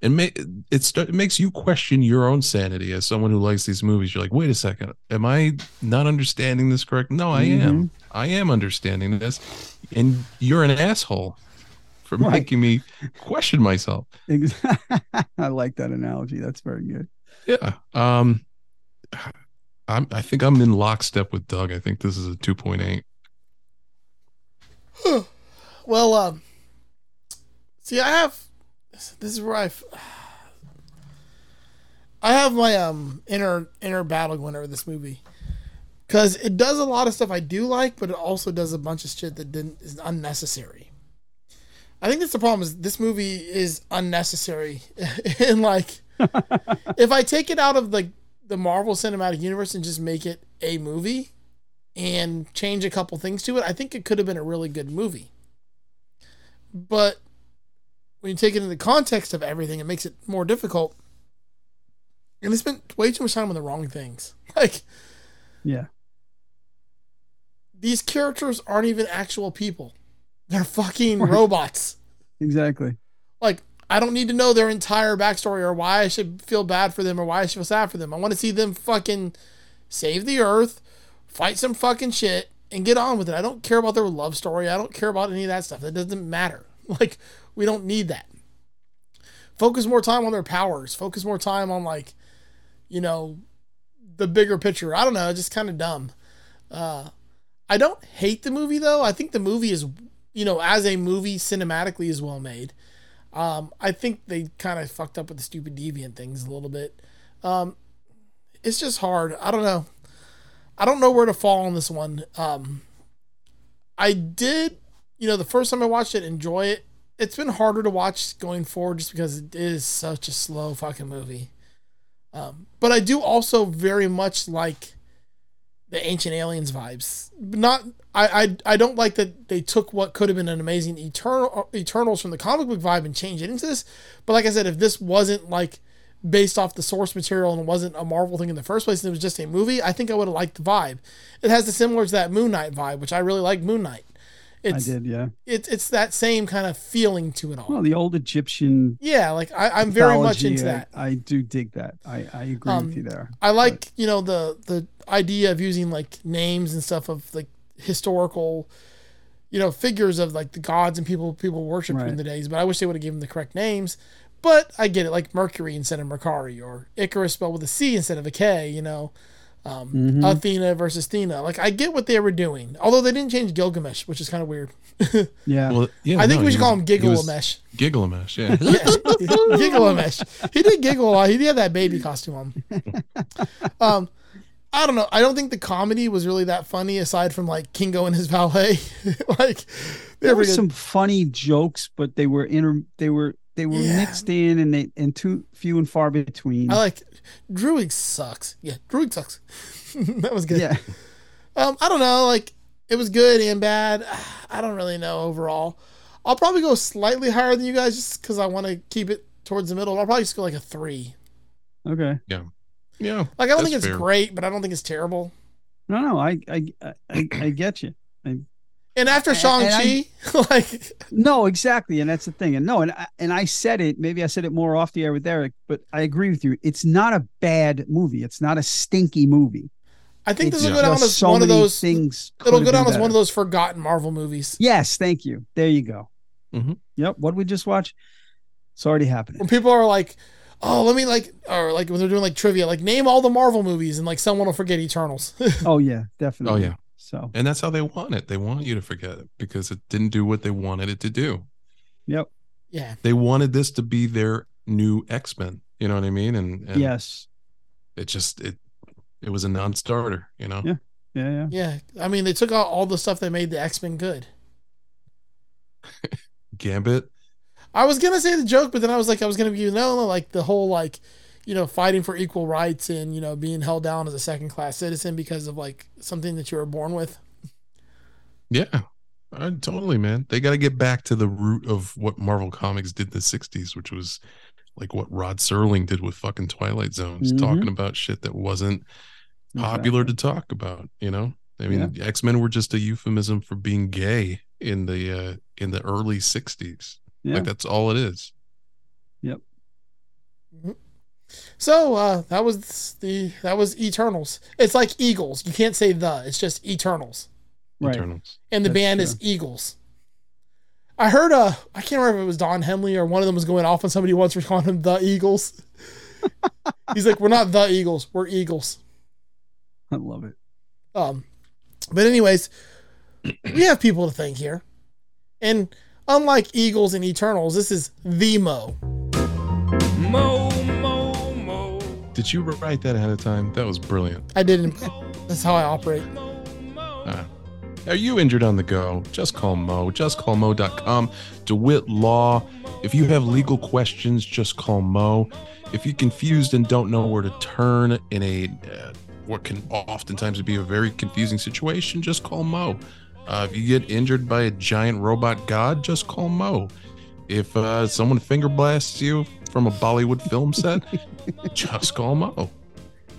It ma- it, st- it makes you question your own sanity as someone who likes these movies. You're like, wait a second, am I not understanding this correct? No, I am. I am understanding this, and you're an asshole for
Right.
making me question myself.
Ex- I like that analogy. That's very good.
Yeah. Um I'm I think I'm in lockstep with Doug. I think this is a 2.8.
Well, um, see, I have this is where I, f- I have my um inner inner battle going over this movie, because it does a lot of stuff I do like, but it also does a bunch of shit that didn't is unnecessary. I think that's the problem is this movie is unnecessary, and like, if I take it out of the the Marvel Cinematic Universe and just make it a movie, and change a couple things to it, I think it could have been a really good movie. But when you take it in the context of everything, it makes it more difficult. And they spent way too much time on the wrong things. Like
Yeah.
these characters aren't even actual people; they're fucking
Right.
robots.
Exactly.
Like I don't need to know their entire backstory or why I should feel bad for them or why I should feel sad for them. I want to see them fucking save the earth, fight some fucking shit, and get on with it. I don't care about their love story. I don't care about any of that stuff. That doesn't matter. Like we don't need that. Focus more time on their powers. Focus more time on like, you know, the bigger picture. I don't know. Just kind of dumb. Uh, I don't hate the movie though. I think the movie is, you know, as a movie cinematically is well made. Um, I think they kind of fucked up with the stupid deviant things a little bit. Um, it's just hard. I don't know. I don't know where to fall on this one. Um, I did, you know, the first time I watched it, enjoy it. It's been harder to watch going forward just because it is such a slow fucking movie. Um, but I do also very much like the Ancient Aliens vibes. Not, I, I, I don't like that they took what could have been an amazing Eternal Eternals from the comic book vibe and changed it into this. But like I said, if this wasn't like based off the source material and wasn't a Marvel thing in the first place, and it was just a movie, I think I would have liked the vibe. It has the similar to that Moon Knight vibe, which I really like Moon Knight. It's
I did. Yeah.
it's it's that same kind of feeling to it all.
Well, the old Egyptian.
yeah, like I, I'm very much
mythology,
into
I-
that.
I, do dig that. I, I agree
Um,
with you there.
I like you know the the idea of using like names and stuff of like historical, you know, figures of like the gods and people people worshipped in
Right.
the days. But I wish they would have given them the correct names. But I get it, like Mercury instead of Mercari, or Icarus spelled with a C instead of a K. You know, um,
Mm-hmm.
Mhm.
Athena versus Athena. Like I get what they were doing, although they didn't change Gilgamesh, which is kind of weird.
Yeah.
Well, yeah.
I think
no,
we should
he
call
was-
him
he was-
Gigglemesh.
Gigglemesh, yeah.
Yeah, Gigglemesh. He did giggle a lot. He did have that baby costume on. Um, I don't know. I don't think the comedy was really that funny, aside from like Kingo and his valet. like,
there
they
were
were good.
some funny jokes, but they were inter. They were they were
Yeah.
mixed in and they and too few and far between.
I like Druid sucks. Yeah, Druid sucks. that was good.
yeah.
Um, I don't know. Like, it was good and bad. I don't really know overall. I'll probably go slightly higher than you guys just because I want to keep it towards the middle. I'll probably just go like a three.
Okay.
Yeah.
Like, I don't
That's
think it's
fair.
great, but I don't think it's terrible.
No, no. I I I, I get you.
And after
And-
Shang
and
Chi, like
No, exactly, and that's the thing. And no, and I, and I said it. Maybe I said it more off the air with Eric, but I agree with you. It's not a bad movie. It's not a stinky movie.
I think
it's
this will go down
just
as
so
one of
many
those.
things.
It'll
could
go
have
down
been
as one
better.
of those forgotten Marvel movies
Yes, thank you. There you go.
Mhm.
Yep. What we just watched, it's already happening.
when people are like, "Oh, let me like," or like when they're doing like trivia, like name all the Marvel movies, and like someone will forget Eternals.
Oh yeah, definitely.
yeah.
So
And that's how they want it. They want you to forget it because it didn't do what they wanted it to do.
yep.
yeah,
They wanted this to be their new X-Men, you know what I mean? And, and
Yes.
it just it it was a non-starter, you know.
Yeah. Yeah. Yeah.
yeah. I mean, they took out all the stuff that made the X Men good.
Gambit,
I was gonna say the joke, but then I was like, I was gonna be you know like the whole like, you know, fighting for equal rights and you know being held down as a second class citizen because of like something that you were born with.
Yeah, I, totally, man. They got to get back to the root of what Marvel Comics did in the 60s, which was like what Rod Serling did with fucking Twilight Zones,
Mhm.
talking about shit that wasn't popular to talk about. You know, I mean, X Men were just a euphemism for being gay in the uh, in the early '60s.
Yeah.
Like that's all it is.
So uh, that was the that was Eternals. It's like Eagles. You can't say the. It's just Eternals,
Right.
Eternals.
and the
That's
band
true.
is Eagles. I heard uh I can't remember if it was Don Henley or one of them was going off on somebody once for calling him the Eagles. He's like, we're not the Eagles, we're Eagles.
I love it.
Um, but anyways, we have people to thank here, and unlike Eagles and Eternals, this is the Mo.
Mo, mo, mo.
Did you write that ahead of time? That was brilliant.
I didn't. That's how I operate.
Uh-huh. Are you injured on the go? Just call Mo. Just call Mo.com. DeWitt Law. If you have legal questions, just call Mo. If you're confused and don't know where to turn in a uh, what can oftentimes be a very confusing situation, just call Mo. Uh, if you get injured by a giant robot god, just call Mo. If uh, someone finger blasts you from a Bollywood film set, just call Mo.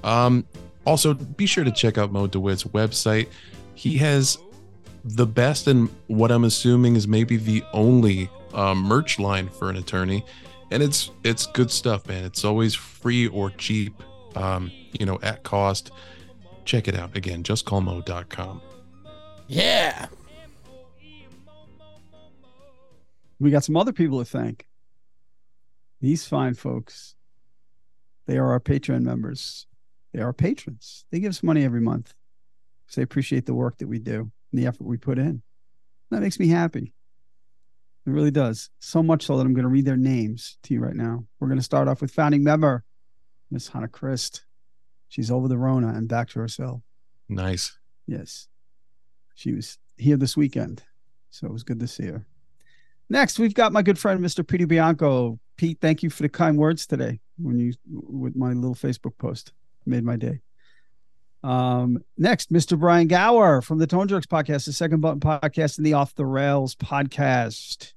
Um, also, be sure to check out Mo DeWitt's website. He has the best and what I'm assuming is maybe the only uh, merch line for an attorney, and it's it's good stuff, man. It's always free or cheap, um, you know, at cost. Check it out again. Just call mo.com.
Yeah.
We got some other people to thank. These fine folks, they are our Patreon members. They are patrons. They give us money every month. So they appreciate the work that we do and the effort we put in. That makes me happy. It really does. So much so that I'm going to read their names to you right now. We're going to start off with founding member, Miss Hannah Christ. She's over the Rona and back to herself.
Nice.
Yes. She was here this weekend. So it was good to see her. Next, we've got my good friend, Mr. Peter Bianco. Pete, thank you for the kind words today when you with my little Facebook post. Made my day. Um, next, Mr. Brian Gower from the Tone Jerks podcast, the second button podcast, and the Off the Rails podcast.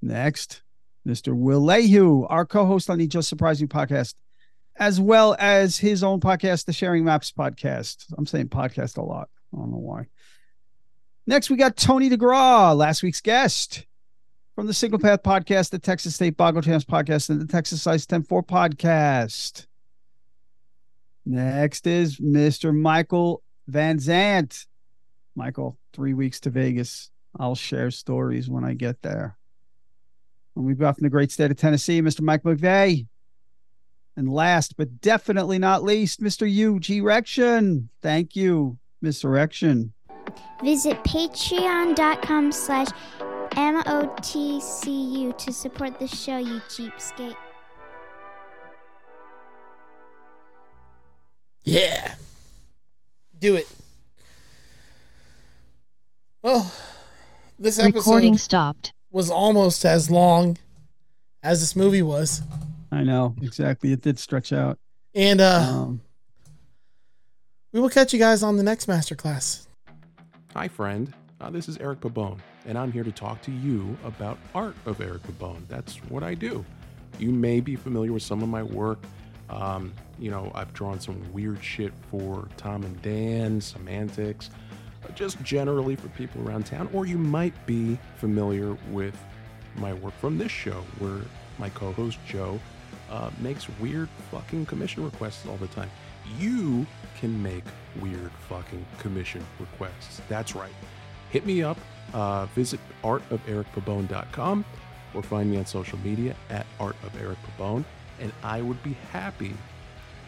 Next, Mr. Will Lehue, our co-host on the Just Surprise You podcast as well as his own podcast, the Sharing Maps podcast. I'm saying podcast a lot. I don't know why. Next, we got Tony DeGraw, last week's guest from the Signal Path podcast, the Texas State Boggle Champs podcast, and the Texas Size 10 4 podcast. Next is Mr. Michael Van Zant. Michael, three weeks to Vegas. I'll share stories when I get there. And we've got from the great state of Tennessee, Mr. Mike McVeigh. And last but definitely not least, Mr. UG Rection. Thank you, Miss Rection.
Visit patreon.com slash MOTCU to support the show, you cheapskate.
Yeah. Do it. Well, this episode
Recording stopped.
was almost as long as this movie was.
I know, exactly. It did stretch out.
And uh,
Um,
we will catch you guys on the next masterclass.
Hi, friend. Uh, this is Eric Babone, and I'm here to talk to you about art of Eric Babone. That's what I do. You may be familiar with some of my work. Um, you know, I've drawn some weird shit for Tom and Dan, semantics, uh, just generally for people around town. Or you might be familiar with my work from this show, where my co host Joe uh, makes weird fucking commission requests all the time. You can make weird fucking commission requests. That's right. Hit me up, uh, visit artofericpabone.com or find me on social media at artofericpabone, and I would be happy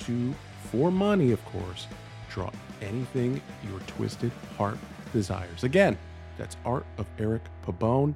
to, for money, of course, draw anything your twisted heart desires. Again, that's artofericpabone.com.